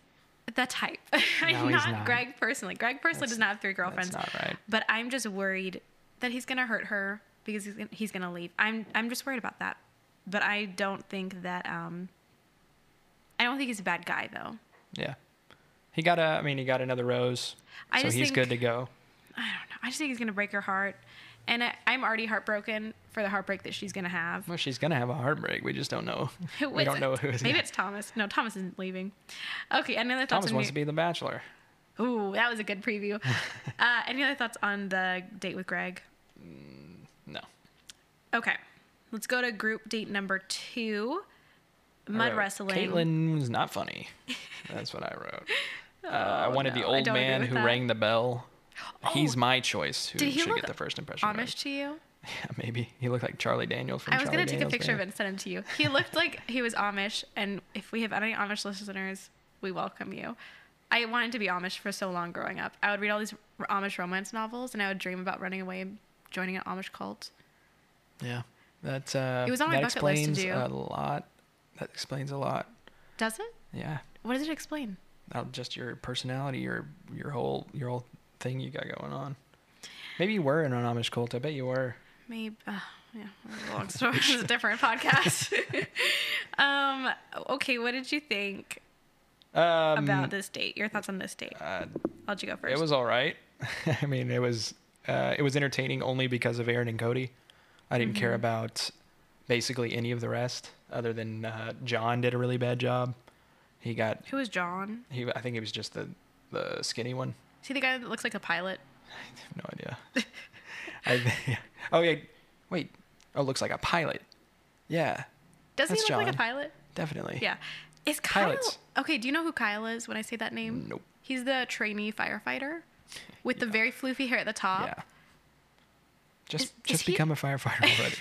A: the type.
B: No,
A: I'm
B: he's
A: not,
B: not.
A: Greg personally. Greg personally
B: That's-
A: does not have three girlfriends.
B: That's not right.
A: But I'm just worried that he's gonna hurt her because he's gonna, he's gonna leave. I'm I'm just worried about that. But I don't think that um. I don't think he's a bad guy though.
B: Yeah. He got a. I mean, he got another rose.
A: I
B: so
A: just
B: he's
A: think-
B: good to go.
A: I don't know. I just think he's gonna break her heart, and I, I'm already heartbroken for the heartbreak that she's gonna have.
B: Well, she's gonna have a heartbreak. We just don't know.
A: Who
B: we don't
A: is it?
B: know who is.
A: Maybe it's Thomas. No, Thomas isn't leaving. Okay, any other thoughts
B: Thomas
A: on
B: wants to
A: your-
B: be the Bachelor.
A: Ooh, that was a good preview. uh, any other thoughts on the date with Greg?
B: No.
A: Okay. Let's go to group date number two mud
B: I wrote,
A: wrestling.
B: Caitlin was not funny. That's what I wrote. Uh, I wanted the
A: Oh, no, I
B: old
A: don't agree
B: man
A: with
B: who
A: that. Oh.
B: rang the bell. He's my choice. Who
A: did he
B: should
A: look
B: get the first impression? rose.
A: Amish to you?
B: Yeah, maybe he looked like Charlie Daniels from.
A: I was
B: Charlie
A: going to take a
B: Daniels
A: picture of
B: Band.
A: it and send it to you. He looked like he was Amish. And if we have any Amish listeners, we welcome you. I wanted to be Amish for so long growing up. I would read all these r- Amish romance novels and I would dream about running away and joining an Amish cult.
B: Yeah, that uh,
A: It was on my
B: that
A: bucket list to
B: explains
A: do.
B: a lot. That explains a lot.
A: Does it?
B: Yeah,
A: What does it explain?
B: not just your personality, your your whole your whole thing you got going on. Maybe you were in an Amish cult. I bet you were.
A: Maybe. Uh, yeah, that's a long story. it's a different podcast. um, okay, what did you think
B: Um,
A: about this date? Your thoughts on this date?
B: uh,
A: I'll let you go first.
B: it was all right. I mean, it was uh, it was entertaining only because of Aaron and Cody. I didn't
A: Mm-hmm.
B: care about basically any of the rest, other than uh, John did a really bad job. He got
A: Who is John?
B: he. I think he was just the the skinny one.
A: Is he the guy that looks like a pilot?
B: I have no idea. I, thi- oh yeah, wait. Oh, looks like a pilot. Yeah,
A: Does he
B: That's
A: look like
B: John.
A: a pilot?
B: definitely.
A: Yeah. Is Kyle
B: Pilots.
A: okay? Do you know who Kyle is when I say that name?
B: Nope.
A: He's the trainee firefighter with the very floofy hair at the top.
B: Yeah. Just
A: Is- is
B: just
A: he-
B: become a firefighter already.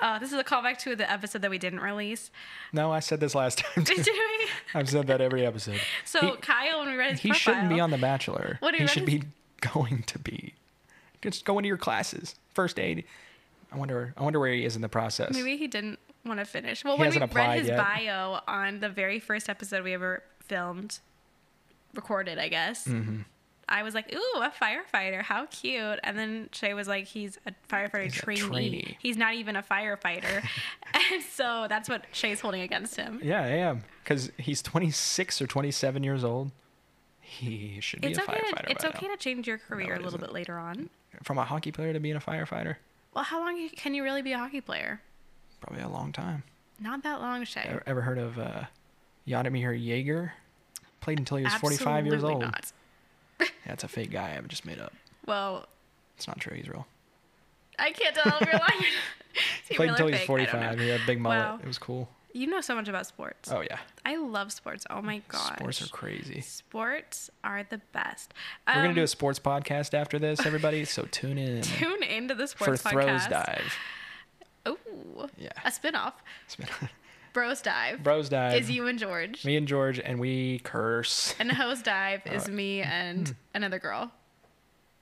A: Uh, this is a callback to the episode that we didn't release.
B: no, I said this last time. Too.
A: Did we?
B: I've said that every episode.
A: So
B: He-
A: Kyle, when we read his
B: He
A: profile,
B: shouldn't be on The Bachelor.
A: What do you
B: he
A: reckon?
B: should be going to be. Just go into your classes. First aid. I wonder. I wonder where he is in the process.
A: Maybe he didn't want to finish. Well, when we
B: hasn't
A: read
B: applied
A: his
B: yet.
A: bio on the very first episode we ever filmed, recorded, I guess,
B: Mm-hmm.
A: I was like, "Ooh, a firefighter! How cute!" And then Shay was like, "He's a firefighter
B: He's a
A: trainee.
B: trainee."
A: He's not even a firefighter." and so that's what Shay's holding against him.
B: Yeah, I am. Because he's 26 or 27 years old. He should be
A: It's
B: a
A: okay.
B: firefighter.
A: To, it's
B: by
A: okay
B: now.
A: to change your career
B: it
A: a little
B: isn't.
A: bit later on.
B: From a hockey player to being a firefighter,
A: Well, how long can you really be a hockey player?
B: probably a long time.
A: Not that long, Shay.
B: Ever, ever heard of uh, Yadimir Jaeger? Played until he was 45 years
A: Absolutely
B: old.
A: Not.
B: That's a fake guy I've just made up.
A: Well,
B: It's not true. He's real.
A: I can't tell if you're lying. Is he
B: Played
A: real or
B: until he was
A: fake? I don't know.
B: 45. He had a big mullet.
A: Wow.
B: It was cool.
A: You know so much about sports.
B: Oh, yeah.
A: I love sports. Oh my gosh.
B: Sports are crazy.
A: Sports are the best.
B: We're going to do a
A: Um,
B: sports podcast after this, everybody. So tune in
A: tune into the
B: for
A: sports
B: Throws
A: podcast.
B: Dive.
A: Oh,
B: Yeah.
A: a spinoff.
B: It's been-
A: Bros dive
B: Bros Dive.
A: is you and George,
B: Me and George, and we curse.
A: and hose dive is me
B: Hmm.
A: and another girl.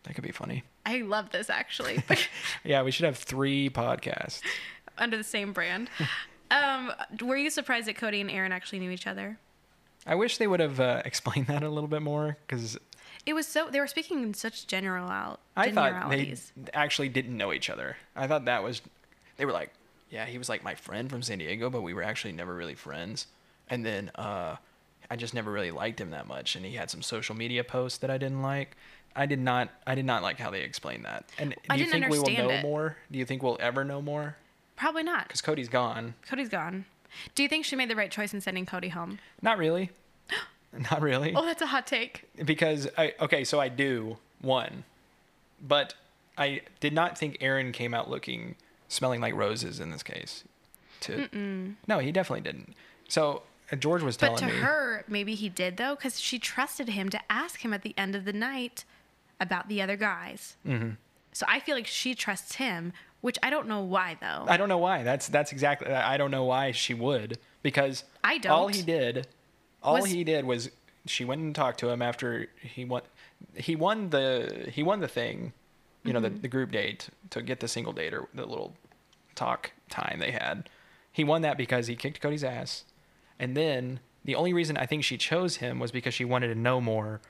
B: That could be funny.
A: I love this actually,
B: Yeah, we should have three podcasts.
A: under the same brand.
B: Hmm.
A: Um, were you surprised that Cody and Aaron actually knew each other?
B: I wish they would have uh, explained that a little bit more because
A: It was so they were speaking in such general out.
B: I thought they actually didn't know each other. I thought that was, they were like, yeah, he was like my friend from San Diego, but we were actually never really friends. And then uh, I just never really liked him that much, and he had some social media posts that I didn't like. I did not. I did not like how they explained that. And do
A: I
B: you
A: didn't
B: think we will
A: understand
B: know
A: it.
B: more? Do you think we'll ever know more?
A: Probably not.
B: Because Cody's gone.
A: Cody's gone. Do you think she made the right choice in sending Cody home?
B: Not really. Not really.
A: Oh, that's a hot take.
B: because I okay, so I do one, but I did not think Aaron came out looking smelling like roses in this case. To no, he definitely didn't. So uh, George was
A: But
B: telling
A: to
B: me
A: her, maybe he did though, because she trusted him to ask him at the end of the night about the other guys. Mm-hmm. So I feel like she trusts him, which I don't know why though.
B: I don't know why. That's that's exactly. I don't know why she would because
A: I
B: All
A: don't.
B: he did, all
A: Was-
B: he did was she went and talked to him after he won. He won the he won the thing, you know, the,
A: Mm-hmm.
B: the group date to get the single date or the little talk time they had. He won that because he kicked Cody's ass, and then the only reason I think she chose him was because she wanted to know more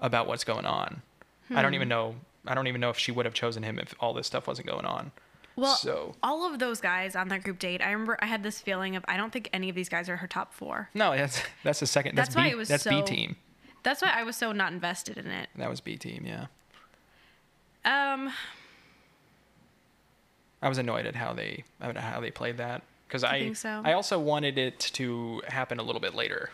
B: about what's going on. I
A: Hmm.
B: don't even know. I don't even know if she would have chosen him if all this stuff wasn't going on.
A: well,
B: so
A: all of those guys on that group date, I remember I had this feeling of I don't think any of these guys are her top four.
B: No, that's that's the second. That's,
A: That's why
B: B,
A: it was
B: that's
A: so-
B: B team.
A: That's why I was so not invested in it.
B: That was B team. Yeah,
A: Um,
B: I was annoyed at how they at how they played that because I
A: think so?
B: I also wanted it to happen a little bit later.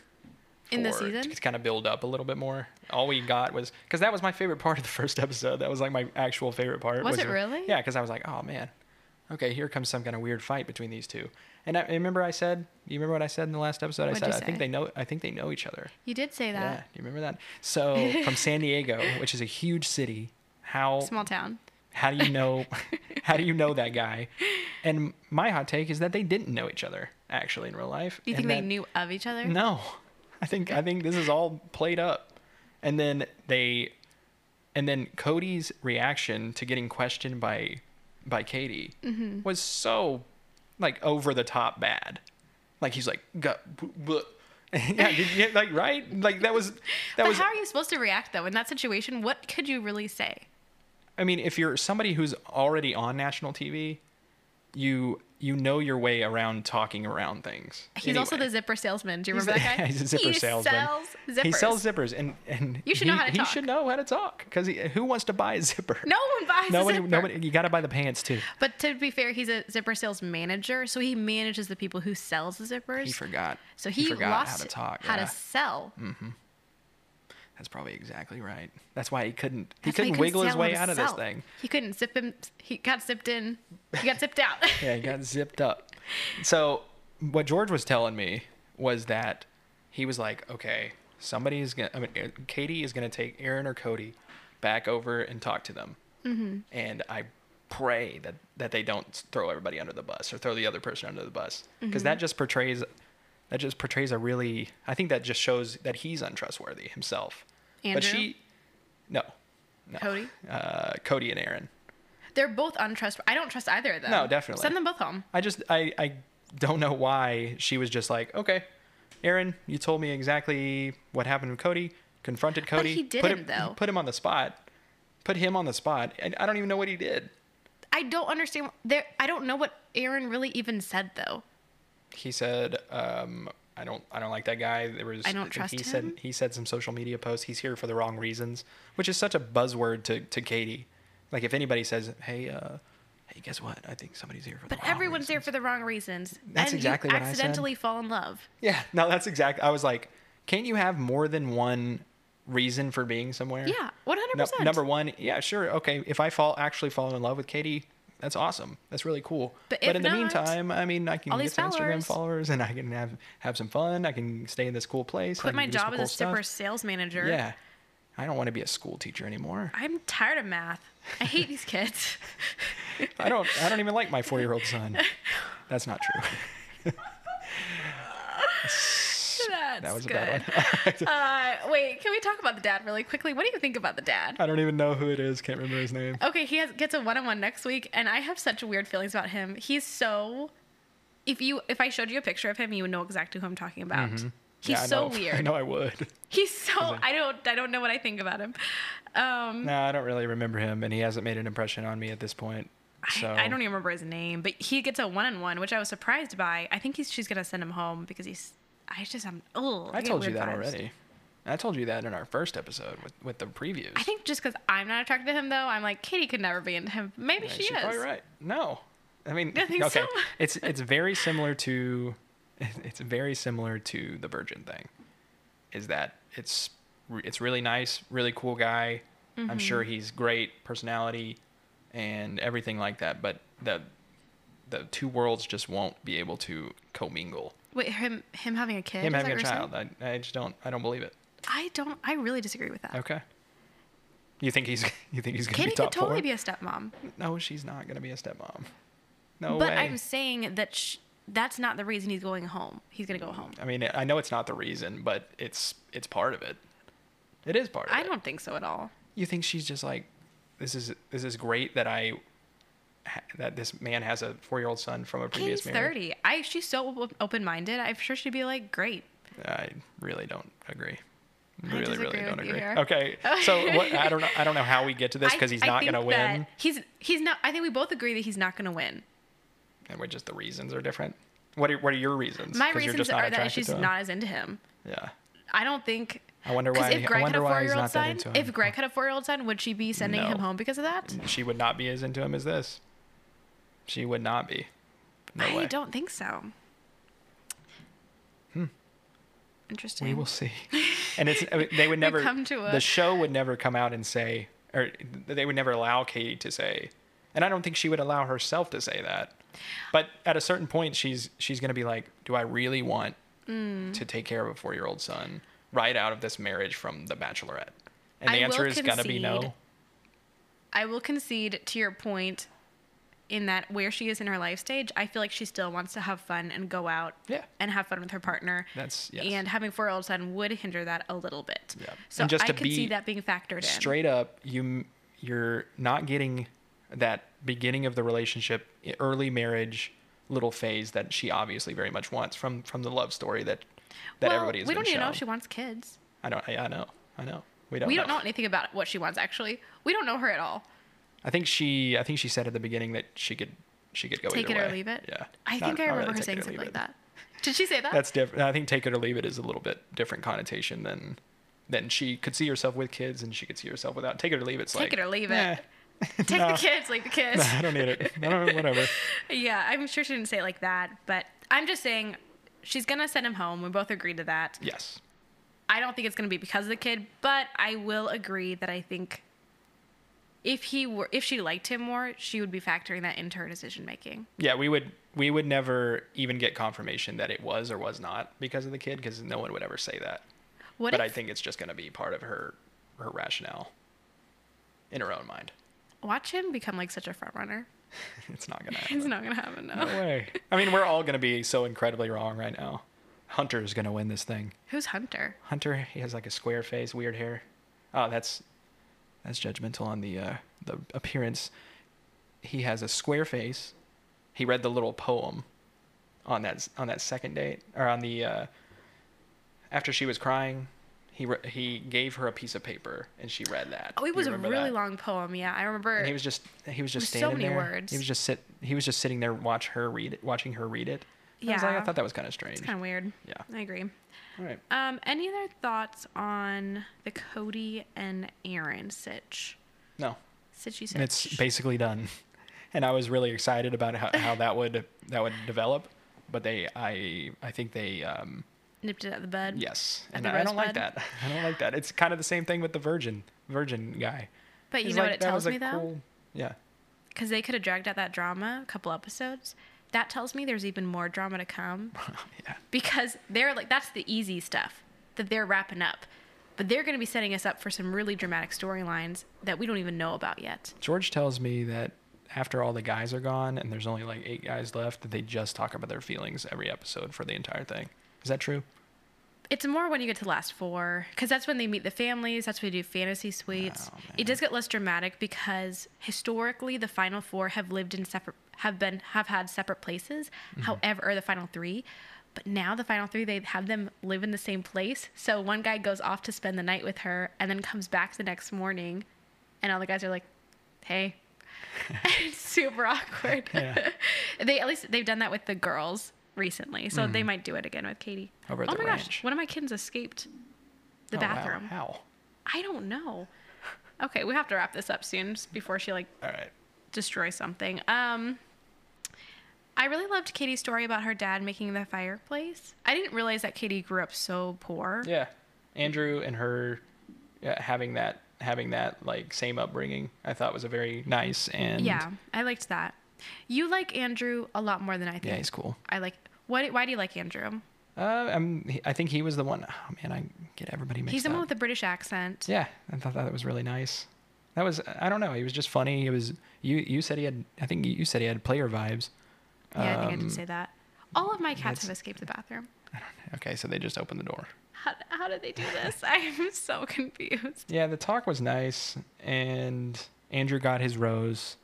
A: In the
B: for-
A: season?
B: to kind of build up a little bit more. All we got was because that was my favorite part of the first episode. That was like my actual favorite part.
A: Was it really?
B: Yeah, because I was like, oh man, okay, here comes some kind of weird fight between these two. And I remember I said, you remember what I said in the last episode?
A: What'd
B: I
A: you
B: said I think
A: say?
B: they know. I think they know each other.
A: you did say
B: Yeah,
A: that.
B: do you remember that? So from San Diego, which is a huge city, how
A: Small town.
B: how do you know how do you know that guy? And my hot take is that they didn't know each other actually in real life.
A: Do you
B: and
A: think they
B: that-
A: knew of each other?
B: No. I think I think this is all played up. And then they and then Cody's reaction to getting questioned by by Katie
A: Mm-hmm.
B: was so like over the top bad. Like he's like "Gu- bu- bu-" yeah, did you get, like right? Like that was that
A: But
B: was
A: how are you supposed to react though in that situation? What could you really say?
B: I mean, if you're somebody who's already on national TV, you you know your way around talking around things.
A: He's also the
B: Anyway.
A: zipper salesman. Do you remember that guy?
B: He's a zipper
A: he
B: salesman.
A: Sells zippers.
B: He sells zippers, and and
A: You should
B: he,
A: know how to
B: he
A: talk.
B: should know how to talk because who wants to buy a zipper?
A: No one buys
B: nobody,
A: a zipper. Oh,
B: nobody. You got to buy the pants too.
A: But to be fair, he's a zipper sales manager, so he manages the people who sells the zippers.
B: He forgot.
A: so he,
B: forgot
A: lost
B: how to talk.
A: how
B: yeah. Hmm.
A: to sell.
B: That's probably exactly right. That's why he couldn't. He
A: That's why
B: couldn't
A: couldn't
B: wiggle his
A: sell how
B: way
A: to
B: out of this
A: sell.
B: thing.
A: He couldn't zip him. He got zipped in. He got zipped out.
B: Yeah, he got zipped up. So what George was telling me was that he was like, okay, somebody is gonna. I mean, Er- Katie is gonna take Aaron or Cody back over and talk to them. Mm-hmm. And I pray that that they don't throw everybody under the bus or throw the other person under the bus because
A: Mm-hmm.
B: that just portrays that just portrays a really. I think that just shows that he's untrustworthy himself. But
A: Andrew?
B: she, no, no.
A: Cody?
B: uh, Cody and Aaron.
A: They're both untrustworthy. I don't trust either of them.
B: No, definitely.
A: Send them both home.
B: I just I I don't know why she was just like, okay, Aaron, you told me exactly what happened with Cody. Confronted Cody.
A: he
B: put
A: didn't,
B: him,
A: though.
B: Put him on the spot. Put him on the spot, and I don't even know what he did.
A: I don't understand. There, I don't know what Aaron really even said though.
B: He said, um, "I don't, I don't like that guy." There was,
A: I don't
B: think
A: trust
B: he Said
A: him.
B: he said some social media posts. He's here for the wrong reasons, which is such a buzzword to to Katie. Like if anybody says, "Hey, uh, hey, guess what? I think somebody's here for
A: But
B: the wrong
A: everyone's there
B: reasons."
A: for the wrong reasons.
B: That's
A: and
B: exactly
A: you
B: what I said.
A: accidentally fall in love.
B: Yeah, no, that's exactly. I was like, can't you have more than one reason for being somewhere?
A: Yeah, one hundred
B: No,
A: percent.
B: number one, yeah, sure, okay. If I fall actually fall in love with Katie, that's awesome. That's really cool.
A: But if
B: in the
A: not,
B: meantime, I mean, I can
A: all
B: get
A: these
B: some Instagram
A: followers.
B: followers, and I can have have some fun. I can stay in this cool place. I
A: Quit
B: can
A: my
B: do some
A: job as
B: cool
A: a zipper
B: stuff.
A: sales manager.
B: Yeah, I don't want to be a school teacher anymore.
A: I'm tired of math. I hate these kids.
B: I don't. I don't even like my four year old son. That's not true.
A: That's
B: that was
A: good.
B: a bad one.
A: uh, wait, can we talk about the dad really quickly? What do you think about the dad?
B: I don't even know who it is. Can't remember his name.
A: Okay, he has, gets a one-on-one next week, and I have such weird feelings about him. He's so. If you if I showed you a picture of him, you would know exactly who I'm talking about. He's
B: Mm-hmm. Yeah, I
A: so
B: know. I
A: weird.
B: know I would.
A: He's so I don't I don't know what I think about him. Um,
B: No, I don't really remember him, and he hasn't made an impression on me at this point. So
A: I, I don't even remember his name, but he gets a one-on-one, which I was surprised by. I think he's she's gonna send him home because he's. I just I'm. Oh,
B: I told you that already. I told you that in our first episode with, with the previews.
A: I think just because I'm not attracted to him, though, I'm like Katie could never be into him. Maybe
B: Right,
A: she
B: she's
A: is.
B: probably right. No, I mean,
A: I think
B: okay,
A: so.
B: it's it's very similar to, it's very similar to the Virgin thing, is that it's re- it's really nice, really cool guy. I'm
A: Mm-hmm.
B: sure he's great personality, and everything like that. But the the two worlds just won't be able to commingle.
A: Wait, him him having a kid.
B: him
A: is
B: having
A: that
B: a
A: what you're
B: child. I, I just don't. I don't believe it.
A: saying? I don't. I really disagree with that.
B: Okay. You think he's? You think he's gonna
A: Katie
B: be top
A: could totally
B: four?
A: be a stepmom,
B: no, she's not gonna be a stepmom. No
A: but
B: way.
A: I'm saying that sh- that's not the reason he's going home. He's gonna go home.
B: I mean, I know it's not the reason, but it's it's part of it. It is part of
A: I
B: it.
A: don't think so at all.
B: You think she's just like, this is this is great that I, ha- that this man has a four year old son from a previous
A: Katie's
B: marriage.
A: thirty. I she's so open minded. I'm sure she'd be like, great.
B: I really don't agree.
A: I
B: Really, really
A: disagree
B: don't
A: with you
B: agree.
A: here.
B: Okay, so what, I don't know. I don't know how we get to this
A: I-
B: because he's
A: I
B: not
A: think
B: gonna
A: that
B: win,
A: He's he's not. I think we both agree that he's not gonna win.
B: and we're just the reasons are different. What are, what are your reasons?
A: My
B: 'Cause you're
A: reasons
B: just not
A: are that
B: attracted
A: she's
B: to him.
A: not as into him.
B: Yeah.
A: I don't think.
B: I wonder
A: 'cause
B: why.
A: if
B: he-
A: Greg
B: I wonder
A: had a
B: why he's
A: four-year-old
B: not that
A: son,
B: into him.
A: if Greg had a four-year-old son, would she be sending him
B: No.
A: home because of that?
B: she would not be as into him as this. She would not be. No
A: I
B: way. Hmm.
A: don't think so. Hmm. Interesting.
B: We will see. And it's I mean, they would never.
A: come to a-
B: The show would never come out and say, or they would never allow Katie to say, and I don't think she would allow herself to say that. But at a certain point, she's she's going to be like, "Do I really want
A: Mm.
B: to take care of a four year old son right out of this marriage from The Bachelorette?" And the
A: I
B: answer
A: will
B: is going to be no.
A: concede- I will concede to your point in that where she is in her life stage, I feel like she still wants to have fun and go out
B: Yeah.
A: and have fun with her partner.
B: That's- yes.
A: And having four year old son would hinder that a little bit.
B: Yeah.
A: So
B: And just
A: I
B: to
A: could
B: be
A: see that being factored in.
B: straight up you you're not getting that beginning of the relationship e, early marriage little phase that she obviously very much wants from from the love story that that
A: well,
B: everybody has
A: we
B: been
A: don't even know
B: shown.
A: if she wants kids.
B: I don't I, I know. I know. We don't
A: we
B: know.
A: don't know anything about what she wants actually. We don't know her at all.
B: I think she I think she said at the beginning that she could she could go
A: Take
B: either
A: it or
B: way.
A: leave it?
B: Yeah.
A: I
B: Not-
A: think I
B: not
A: remember
B: really
A: her
B: take it
A: saying
B: or
A: something like
B: leave it.
A: that. Did she say that?
B: That's different. I think take it or leave it is a little bit different connotation than than she could see herself with kids and she could see herself without. Take it or leave it's
A: Take
B: like
A: it or leave
B: "Nah,
A: it." Take
B: no.
A: the kids, leave the kids.
B: I don't need it. I don't, whatever.
A: yeah, I'm sure she didn't say it like that, but I'm just saying she's gonna send him home. We both agree to that.
B: Yes.
A: I don't think it's going to be because of the kid, but I will agree that I think if he were if she liked him more, she would be factoring that into her decision making.
B: Yeah, we would we would never even get confirmation that it was or was not because of the kid because no one would ever say that.
A: What
B: but I
A: if
B: think it's just going to be part of her her rationale in her own mind.
A: watch him become like such a front runner?
B: It's not going to happen.
A: It's not going to happen. No.
B: No way. I mean, we're all going to be so incredibly wrong right now. Hunter's going to win this thing.
A: Who's Hunter?
B: Hunter, he has like a square face, weird hair. Oh, that's that's judgmental on the uh, the appearance. He has a square face. He read the little poem on that on that second date or on the uh, after she was crying. He re- he gave her a piece of paper and she read that.
A: Oh,
B: Do
A: it
B: you
A: was a
B: remember
A: really
B: that?
A: long poem. Yeah, I remember.
B: And he was just he was just
A: With so
B: standing
A: many
B: there.
A: words.
B: He was just sit he was just sitting there watch her read it, watching her read it. I was like, I
A: Yeah.
B: thought that was kind of strange.
A: it's kind of weird.
B: Yeah.
A: I agree.
B: All right.
A: Um, any other thoughts on the Cody and Aaron sitch?
B: No.
A: Sitchy sitch.
B: It's basically done. And I was really excited about how, how that would that would develop, but they I I think they um
A: nipped it out of the bud.
B: yes.
A: At
B: And
A: the
B: I, I don't like
A: Rosebud?
B: that. I don't like that. It's kind of the same thing with the virgin virgin guy.
A: But you
B: It's
A: know
B: like,
A: what it
B: that
A: tells
B: was a
A: me though?
B: cool- yeah.
A: because they could have dragged out that drama a couple episodes. That tells me there's even more drama to come
B: yeah.
A: because they're like that's the easy stuff that they're wrapping up, but they're going to be setting us up for some really dramatic storylines that we don't even know about yet.
B: George tells me that after all the guys are gone and there's only like eight guys left, that they just talk about their feelings every episode for the entire thing. Is that true?
A: It's more when you get to the last four because that's when they meet the families. That's when they do fantasy suites.
B: Oh,
A: it does get less dramatic because historically the final four have lived in separate have been have had separate places.
B: Mm-hmm.
A: However, or the final three. But now the final three, they have them live in the same place. So one guy goes off to spend the night with her and then comes back the next morning and all the guys are like, Hey. it's super awkward.
B: Yeah.
A: they at least they've done that with the girls recently. So
B: Mm-hmm.
A: they might do it again with Katie.
B: Over at
A: oh
B: the
A: my gosh.
B: ranch.
A: One of my kids escaped the
B: Oh, wow.
A: bathroom.
B: How?
A: I don't know. Okay, we have to wrap this up soon just before she like
B: All right.
A: destroy something. Um I really loved Katie's story about her dad making the fireplace. I didn't realize that Katie grew up so poor.
B: Yeah, Andrew and her yeah, having that having that like same upbringing, I thought was a very nice and
A: Yeah, I liked that. You like Andrew a lot more than I think.
B: yeah, he's cool.
A: I like why why do you like Andrew?
B: Uh, I'm, he- I think he was the one oh man, I get everybody mixed
A: He's the one
B: up.
A: with the British accent.
B: yeah, I thought that was really nice. That was I don't know, he was just funny. He was you you said he had I think you said he had player vibes.
A: Yeah, I think I
B: Um,
A: did say that. All of my cats
B: that's-
A: have escaped the bathroom.
B: Okay, so they just opened the door.
A: How, how did they do this? I am so confused.
B: Yeah, the talk was nice, and Andrew got his rose,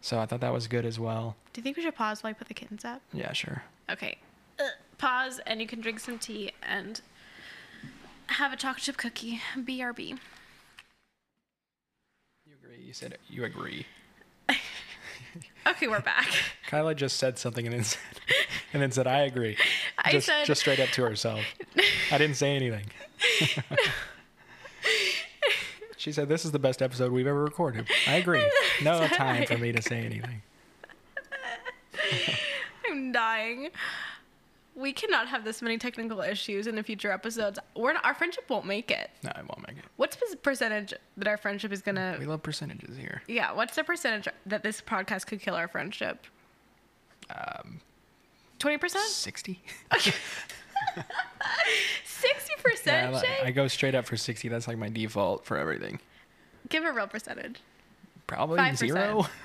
B: so I thought that was good as well.
A: Do you think we should pause while I put the kittens up?
B: Yeah, sure.
A: Okay. Uh, pause and you can drink some tea and have a chocolate chip cookie. BRB.
B: You agree? You said you agree.
A: Okay, we're back.
B: Kyla just said something and then said, and then said I agree.
A: I
B: just,
A: said-
B: just straight up to herself. I didn't say anything. she said, "This is the best episode we've ever recorded." I agree. No
A: Said I
B: time for me to say anything.
A: I'm dying. We cannot have this many technical issues in the future episodes. We're not, our friendship won't make it.
B: No, I won't make it.
A: What's the percentage that our friendship is gonna?
B: We love percentages here.
A: Yeah, what's the percentage that this podcast could kill our friendship?
B: Um,
A: Twenty percent,
B: sixty.
A: sixty
B: Yeah,
A: percent.
B: I, li- I go straight up for sixty. That's like my default for everything.
A: Give a real percentage.
B: Probably
A: 5%.
B: zero.